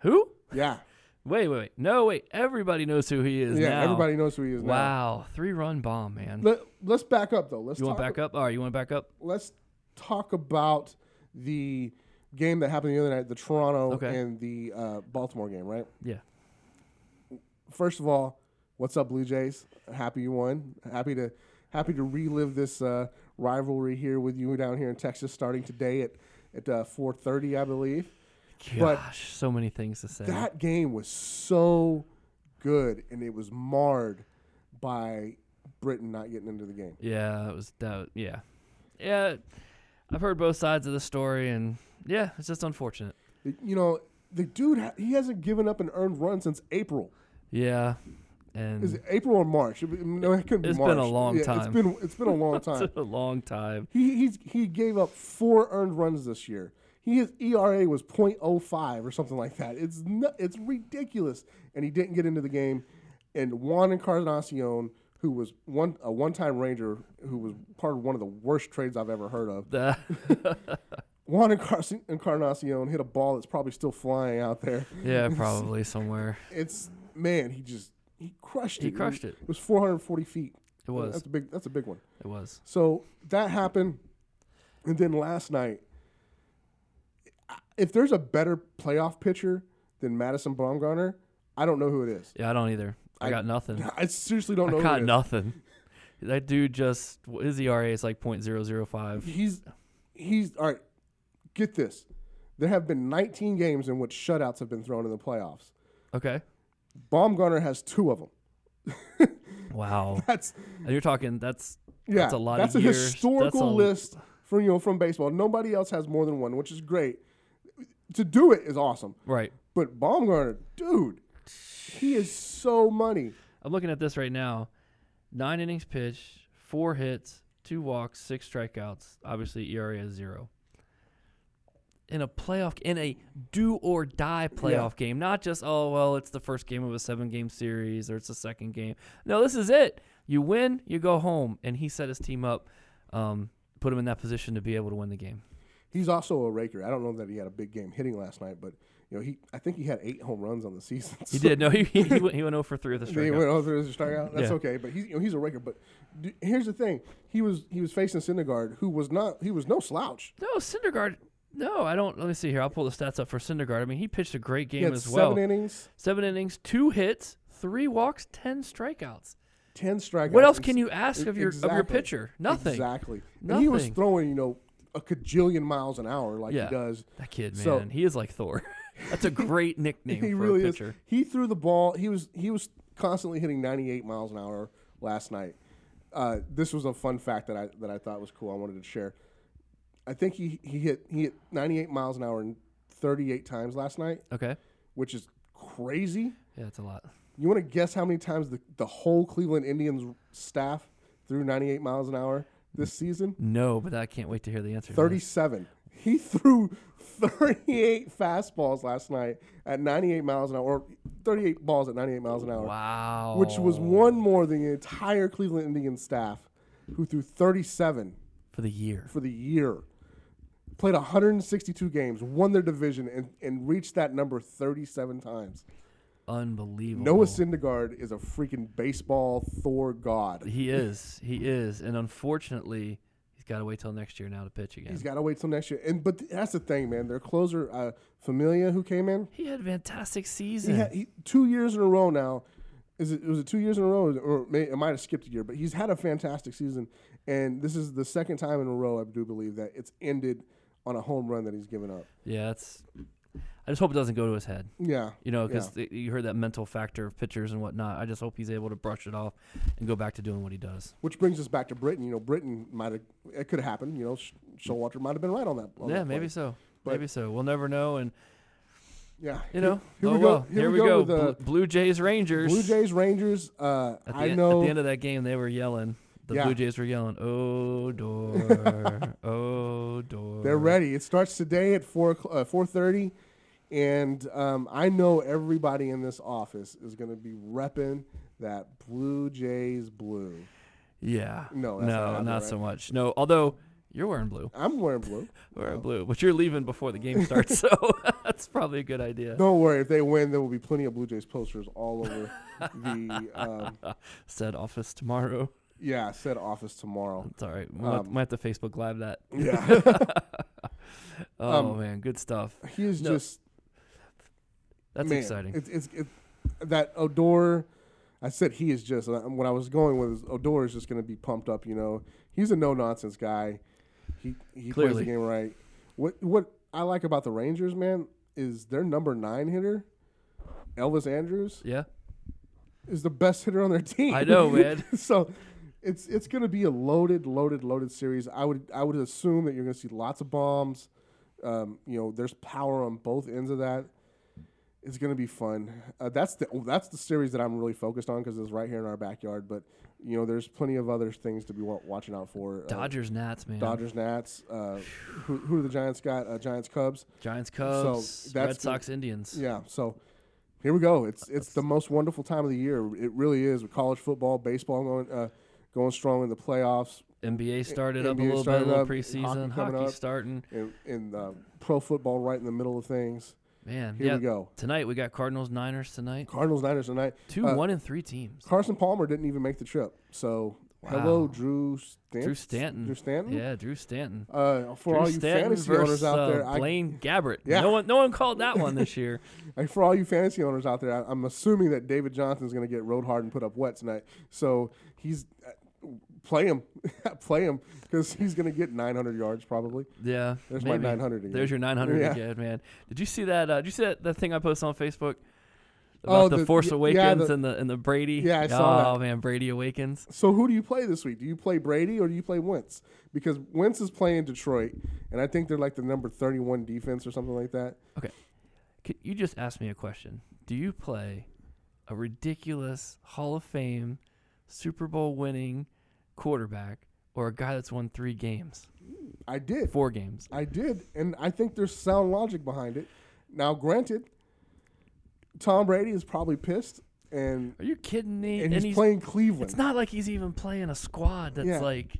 Who?
Yeah.
Wait, wait, wait. No, wait. Everybody knows who he is
Yeah.
now.
Everybody knows who he is now.
Wow. Three run bomb, man.
Let, let's back up though. Let's
you want
talk
back up? All right, you want to back up?
let's talk about the game that happened the other night, the Toronto
Okay.
and the uh, Baltimore game, right?
Yeah.
First of all, what's up, Blue Jays? Happy you won. Happy to happy to relive this uh, rivalry here with you down here in Texas, starting today at at uh, four thirty, I believe.
Gosh,
But-
so many things to say.
That game was so good, and it was marred by Britain not getting into the game.
yeah, it was that. Yeah, yeah. I've heard both sides of the story, and yeah, it's just unfortunate.
You know, the dude ha- he hasn't given up an earned run since April.
Yeah,
Is
and
it April or March? It- No, it couldn't
It's
be March.
been a long
It's
time.
been it's been a
[LAUGHS]
long time.
[LAUGHS] it's a long time.
he he's, he gave up four earned runs this year. He, his ERA was .05 or something like that. It's nu- it's ridiculous, and he didn't get into the game. And Juan Encarnacion, who was one a one time Ranger, who was part of one of the worst trades I've ever heard of.
The-
Juan Encar- Encarnacion hit a ball that's probably still flying out there.
[LAUGHS]
[LAUGHS]
yeah, probably somewhere.
It's man, he just he crushed it.
He crushed it.
It was 440 feet.
It was.
That's a big. That's a big one.
It was.
So that happened. And then last night, if there's a better playoff pitcher than Madison Baumgartner, I don't know who it is. [LAUGHS]
Yeah, I don't either. I,
I-
got nothing.
[LAUGHS] I seriously don't know.
I
who
got
it is. [LAUGHS]
nothing. That dude just his ERA is like point zero
[LAUGHS]
zero five.
He's he's all right. Get this: there have been 19 games in which shutouts have been thrown in the playoffs.
Okay.
Baumgartner has two of them.
Wow.
That's
And you're talking. That's
yeah.
That's a lot.
That's
of
a
years.
historical
That's a-
list from you know from baseball. Nobody else has more than one, which is great. To do it is awesome.
Right.
But Baumgartner, dude, he is so money.
I'm looking at this right now. Nine innings pitched, four hits, two walks, six strikeouts. Obviously, ERA is zero. In a playoff, in a do or die playoff game, not just oh well, it's the first game of a seven game series or it's the second game. No, this is it. You win, you go home, and he set his team up, um, put him in that position to be able to win the game.
He's also a raker. I don't know that he had a big game hitting last night, but you know he. I think he had eight home runs on the season.
He did. No, he he went, he went 0 for three with the
[LAUGHS] He
strikeout.
went over as a strikeout. That's
Yeah.
okay, but he's you know, he's a raker. But d- here's the thing: he was he was facing Syndergaard, who was not he was no slouch.
No, Syndergaard No, I don't. Let me see here. I'll pull the stats up for Syndergaard. I mean, he pitched a great game
He had
as
seven
well.
innings,
Seven innings, two hits, three walks, ten strikeouts.
ten strikeouts.
What else
and
can you ask of your of your
Exactly.
pitcher? Nothing.
Exactly. And he was
Nothing.
throwing, you know, a cajillion miles an hour like
Yeah.
he does.
That kid, man,
So-
he is like Thor. [LAUGHS] That's a
[LAUGHS]
great nickname
He
for
really
a
is.
pitcher.
He threw the ball. He was he was constantly hitting 98 miles an hour last night. Uh, this was a fun fact that I that I thought was cool. I wanted to share. I think he, he hit he hit 98 miles an hour and 38 times last night,
Okay,
which is crazy.
yeah, it's a lot.
You want to guess how many times the, the whole Cleveland Indians staff threw 98 miles an hour this season?
No, but I can't wait to hear the answer. to
37. He threw 38 fastballs last night at 98 miles an hour, or 38 balls at 98 miles an
that.
hour,
Wow.
which was one more than the entire Cleveland Indians staff, who threw 37
for the year.
for the year. Played 162 games, won their division, and, and reached that number 37 times.
Unbelievable.
Noah Syndergaard is a freaking baseball Thor god.
He is. He is. And unfortunately, he's got to wait till next year now to pitch again.
He's got to wait till next year. And but th- that's the thing, man. Their closer, uh, Familia, who came in,
he had a fantastic
he
season.
had, he, two years in a row now. Is it was it two years in a row, or may, it might have skipped a year? But he's had a fantastic season, and this is the second time in a row I do believe that it's ended on a home run that he's given up.
yeah, that's. I just hope it doesn't go to his head.
Yeah,
You know,
Yeah.
because you heard that mental factor of pitchers and whatnot. I just hope he's able to brush it off and go back to doing what he does.
which brings us back to Britain. You know, Britain might have it could have happened. You know, Sh- Showalter might have been right on that. on
yeah,
that
maybe
play.
so.
But-
maybe so. We'll never know. And
Yeah,
you know,
Here, here
oh
we go.
well.
Here,
we go.
with uh, the
Blu- Blue Jays Rangers.
Blue Jays Rangers. Uh,
At the,
I
en-
know
at the end of that game, they were yelling. The
Yeah.
Blue Jays were yelling, "Oh,
[LAUGHS]
"Odor, Odor."
They're ready. It starts today at four o'cl- uh, four thirty, and um, I know everybody in this office is going to be repping that Blue Jays blue.
Yeah.
No, that's not
no,
happening,
not
right?
so much. No, although you're wearing blue.
I'm wearing blue.
Wearing blue, but you're leaving before the game
[LAUGHS]
starts, so [LAUGHS] that's probably a good idea.
Don't worry, if they win, there will be plenty of Blue Jays posters all over the um,
Said office tomorrow.
yeah said office tomorrow.
It's all right. We'll
Um.
have- might have to Facebook
[LAUGHS]
Live that. [LAUGHS]
Yeah,
Oh
Um.
man, good stuff.
he is
No,
just
That's
man,
exciting.
It's, it's it, that Odor. I said he is just uh, what I was going with. Is Odor is just going to be pumped up. You know, he's a no nonsense guy. He he plays
Clearly.
the game right. What what I like about the Rangers, man, is their number nine hitter, Elvis Andrews,
yeah,
is the best hitter on their [LAUGHS] team.
I
[LAUGHS]
know, man.
so. It's it's going to be a loaded, loaded, loaded series. I would I would assume that you're going to see lots of bombs. Um, you know, there's power on both ends of that. It's going to be fun. Uh, that's the that's the series that I'm really focused on because it's right here in our backyard. But you know, there's plenty of other things to be wa- watching out for. Uh,
Dodgers, Nats, man.
Dodgers, Nats. Uh, who, who do the Giants got? Uh, Giants, Cubs.
Giants, Cubs,
that's
Red
good.
Sox, Indians.
Yeah. So here we go. It's it's the most wonderful time of the year. It really is with college football, baseball going uh, going strong in the playoffs,
NBA started up a
NBA
little bit, a
started
little
up,
preseason.
hockey coming
hockey
up.
starting.
and, and uh, pro football right in the middle of things.
Man,
Here
yeah.
we go.
Tonight we got Cardinals, Niners tonight.
Cardinals, Niners tonight.
Two
Uh,
one and three teams.
Carson Palmer didn't even make the trip. So hello,
Wow.
Drew Stanton.
Drew Stanton.
Drew Stanton.
Yeah, Drew Stanton.
Uh, for
Drew
all you
Stanton
fantasy owners
versus,
out
uh,
there,
Blaine Gabbert.
Yeah.
No one, no one called that one
[LAUGHS]
this year.
I, I- for all you fantasy owners out there, I, I'm assuming that David Johnson's going to get road hard and put up wet tonight. So he's uh, play him, [LAUGHS] play him because he's going to get 900 yards probably.
Yeah,
There's my
maybe.
900 again.
There's your 900
Yeah.
again, man. Did you see that? Uh, did you see that, that thing I posted on Facebook about
Oh,
the,
the- y-
Force
yeah,
Awakens
the-
and the and the Brady?
Yeah, I saw
Oh
that.
man, Brady Awakens.
So who do you play this week? Do you play Brady or do you play Wentz? Because Wentz is playing Detroit, and I think they're like the number 31 defense or something like that.
Okay, C- you just asked me a question. Do you play a ridiculous Hall of Fame, Super Bowl winning quarterback or a guy that's won three games,
I did.
four games?
I did, and I think there's sound logic behind it. Now, granted, Tom Brady is probably pissed, and
Are you kidding me?
and he's, playing Cleveland.
It's not like he's even playing a squad that's
Yeah.
like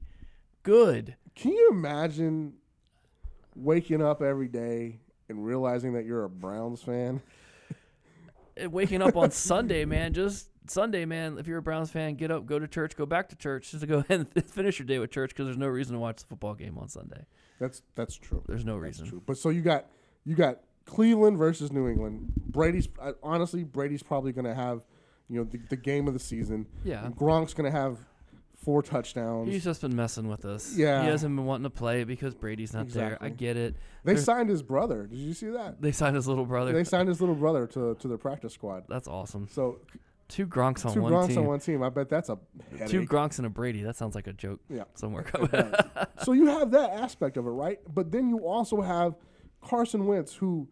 good.
Can you imagine waking up every day and realizing that you're a Browns fan?
uh, waking up on Sunday, man. Just Sunday, man. If you're a Browns fan, get up, go to church, go back to church, just to go [LAUGHS] ahead and finish your day with church because there's no reason to watch the football game on Sunday.
That's that's true.
There's no reason.
true. But so you got you got Cleveland versus New England. Brady's I- honestly Brady's probably going to have you know the, the game of the season.
Yeah.
Gronk's going to have four touchdowns.
He's just been messing with us.
Yeah.
he hasn't been wanting to play because Brady's not there. I
Exactly.
get it.
they
They're-
signed his brother. Did you see that?
they signed his little brother.
They signed his little brother to to their practice squad.
That's awesome.
So
Two Gronks on
two
one
Gronks
team.
on one team. I bet that's a headache.
Two Gronks and a Brady. That sounds like a joke.
Yeah.
Somewhere.
so you have that aspect of it, right? But then you also have Carson Wentz, who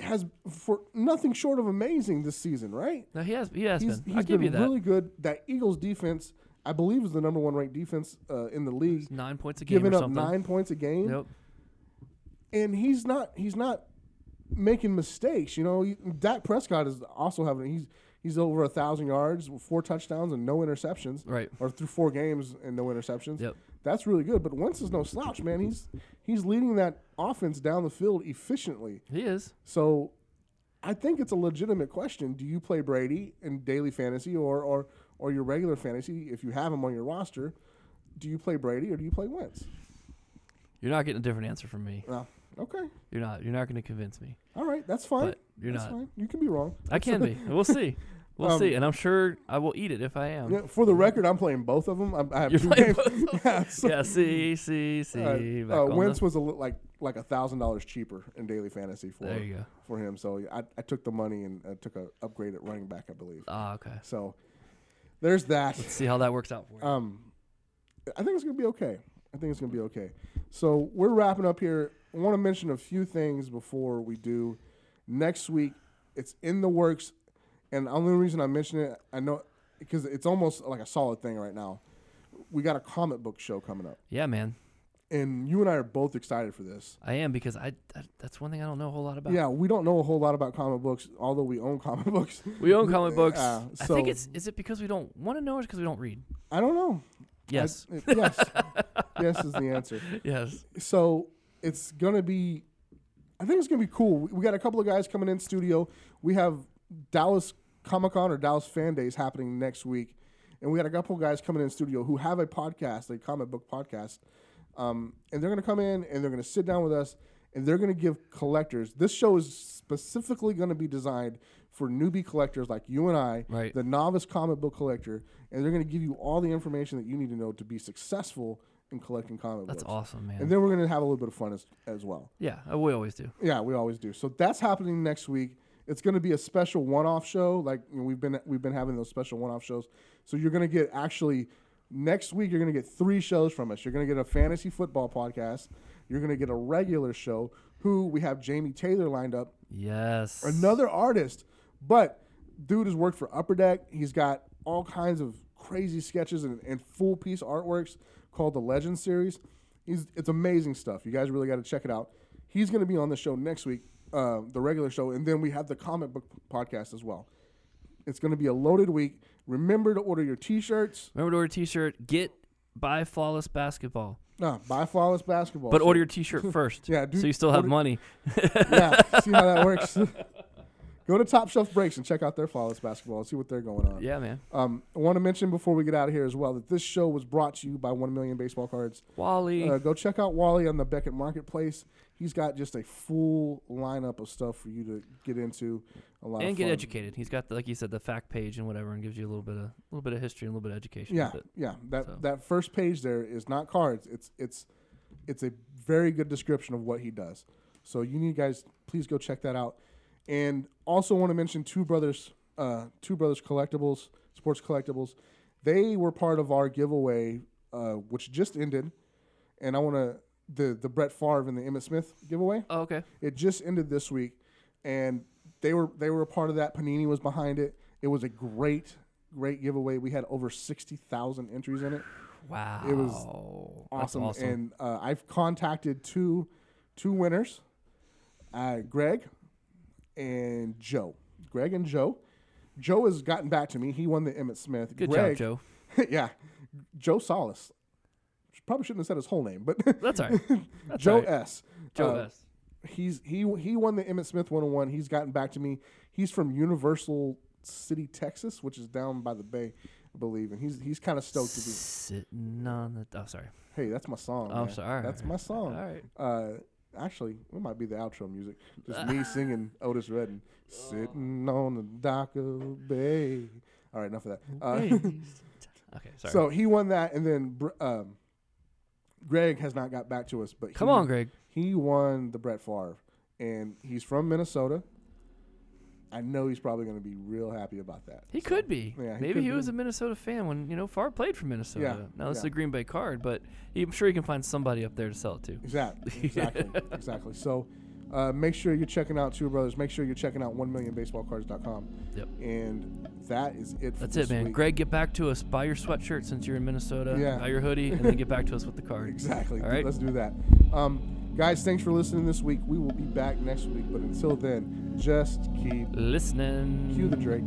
has for nothing short of amazing this season, right?
[LAUGHS] no, he has. He has
He's,
been. I'll
he's
give
been
you that.
really good. That Eagles defense, I believe, is the number one ranked defense uh, in the league,
nine points a game
giving
or
up
something.
nine points a game,
Nope.
and he's not he's not making mistakes. You know, You- Dak Prescott is also having he's he's over a thousand yards, with four touchdowns, and no interceptions,
Right.
Or through four games and no interceptions.
Yep.
That's really good, but Wentz is no slouch, man. He's he's leading that offense down the field efficiently.
He is.
So I think it's a legitimate question. Do you play Brady in daily fantasy or or or your regular fantasy if you have him on your roster? Do you play Brady or do you play Wentz?
You're not getting a different answer from me.
Uh, okay.
You're not. You're not going to convince me.
All right, that's fine.
But you're
that's
not.
fine. You can be wrong.
I
[LAUGHS]
can be. We'll see. We'll see. And I'm sure I will eat it if I am.
Um, Yeah, [LAUGHS] for the record, I'm playing both of them. I'm, I have
You're
two [LAUGHS]
playing
games.
both of
yeah, so,
Yeah. See. See. See.
uh,
back
uh,
on the-
Wentz was a li- like like a thousand dollars cheaper in daily fantasy for
There you go.
for him. So I, I took the money and I took a upgrade at running back, I believe.
Ah. Okay.
So there's
[LAUGHS]
that.
See how that works out for you.
Um, I think it's gonna be okay. I think it's gonna be okay. So we're wrapping up here. I want to mention a few things before we do. Next week, it's in the works, and the only reason I mention it, I know, because it's almost like a solid thing right now. We got a comic book show coming up,
yeah, man.
and you and I are both excited for this.
I am because I, I. That's one thing I don't know a whole lot about.
Yeah, we don't know a whole lot about comic books, although we own comic [LAUGHS] books.
We own comic books.
Yeah,
I
so-
think it's. Is it because we don't want to know, or because we don't read?
I don't know.
Yes.
I- yes. yes is the answer.
yes.
so it's gonna be i think it's gonna be cool we, we got a couple of guys coming in studio we have dallas comic-con or dallas fan days happening next week and we got a couple of guys coming in studio who have a podcast a comic book podcast um, and they're gonna come in and they're gonna sit down with us and they're gonna give collectors this show is specifically gonna be designed for newbie collectors like you and i
Right.
the novice comic book collector and they're gonna give you all the information that you need to know to be successful in collecting comic
That's
books
awesome, man.
and then we're going to have a little bit of fun as, as well.
yeah, uh, we always do.
Yeah, we always do. So that's happening next week. It's going to be a special one-off show. Like you know, we've been we've been having those special one-off shows. So you're going to get actually next week. You're going to get three shows from us. You're going to get a fantasy football podcast. You're going to get a regular show. Who we have Jamie Taylor lined up
Yes.
another artist. But dude has worked for Upper Deck. He's got all kinds of crazy sketches and, and full piece artworks called the Legend series. He's it's amazing stuff. You guys really got to check it out. He's going to be on the show next week, uh, the regular show, and then we have the comic book podcast as well. It's going to be a loaded week. Remember to order your T-shirts.
Remember to order a T-shirt. Get buy flawless basketball,
Nah, Ah, buy flawless basketball.
but
So-
order your T-shirt first.
Yeah, do-
so you still have
order-
money.
[LAUGHS] yeah, see how that
[LAUGHS]
works. Go to Top Shelf Breaks and check out their flawless basketball. and See what they're going on.
Yeah, man.
Um, I want to mention before we get out of here as well that this show was brought to you by 1 Million Baseball Cards.
Wally.
Uh, go check out Wally on the Beckett Marketplace. He's got just a full lineup of stuff for you to get into. A lot
and
of
get
fun.
educated. He's got, the, like you said, the fact page and whatever, and gives you a little bit of a little bit of history and a little bit of education.
Yeah,
with it.
yeah. That
So.
that first page there is not cards. It's it's it's a very good description of what he does. So you need guys, please go check that out. And also want to mention two brothers, uh, two brothers collectibles, sports collectibles. They were part of our giveaway, uh, which just ended. And I want to the the Brett Favre and the Emmett Smith giveaway.
Oh, okay.
It just ended this week, and they were they were a part of that. Panini was behind it. It was a great great giveaway. We had over sixty thousand entries in it.
Wow.
It was
That's
Awesome.
awesome.
And uh, I've contacted two two winners, uh, Greg and Joe. Greg and Joe. Joe has gotten back to me. He won the Emmett Smith.
Good
Greg,
job, Joe.
[LAUGHS] yeah, Joe Solace. [LAUGHS] Probably shouldn't have said his whole name, but
That's all right. That's
Joe
all right.
S.
Joe
Uh,
S.
He's he he won the Emmett Smith 101. He's gotten back to me. He's from Universal City, Texas, which is down by the bay, I believe. And he's he's kind of stoked to be.
Sitting on the. Oh, sorry.
Hey, that's my song.
I'm
man.
sorry.
That's my song.
All right.
Uh, actually, it might be the outro music. Just me singing Otis
[LAUGHS]
Redden,
Oh.
sitting on the dock of the bay. All right, enough of that. [LAUGHS] Uh,
okay, sorry.
so he won that, and then Br- um, Greg has not got back to us. But
Come
he-
on, Greg.
He won the Brett Favre, and he's from Minnesota. I know he's probably going to be real happy about that.
He could be.
yeah, he
Maybe
could
he
be.
was a Minnesota fan when you know Favre played for Minnesota. now this is
yeah.
a Green Bay card, but he, I'm sure he can find somebody up there to sell it to. [LAUGHS]
Exactly. Exactly. exactly. So uh, make sure you're checking out Two Brothers. Make sure you're checking out 1millionbaseballcards.com.
Yep.
And that is it for
That's
this
it, man.
week.
Greg, get back to us. Buy your sweatshirt since you're in Minnesota.
Yeah.
Buy your hoodie, and then get back to us
[LAUGHS]
with the card.
Exactly.
All right.
Let's do that. Um, guys, thanks for listening this week. We will be back next week. But until then, just keep.
Listening.
Cue the Drake.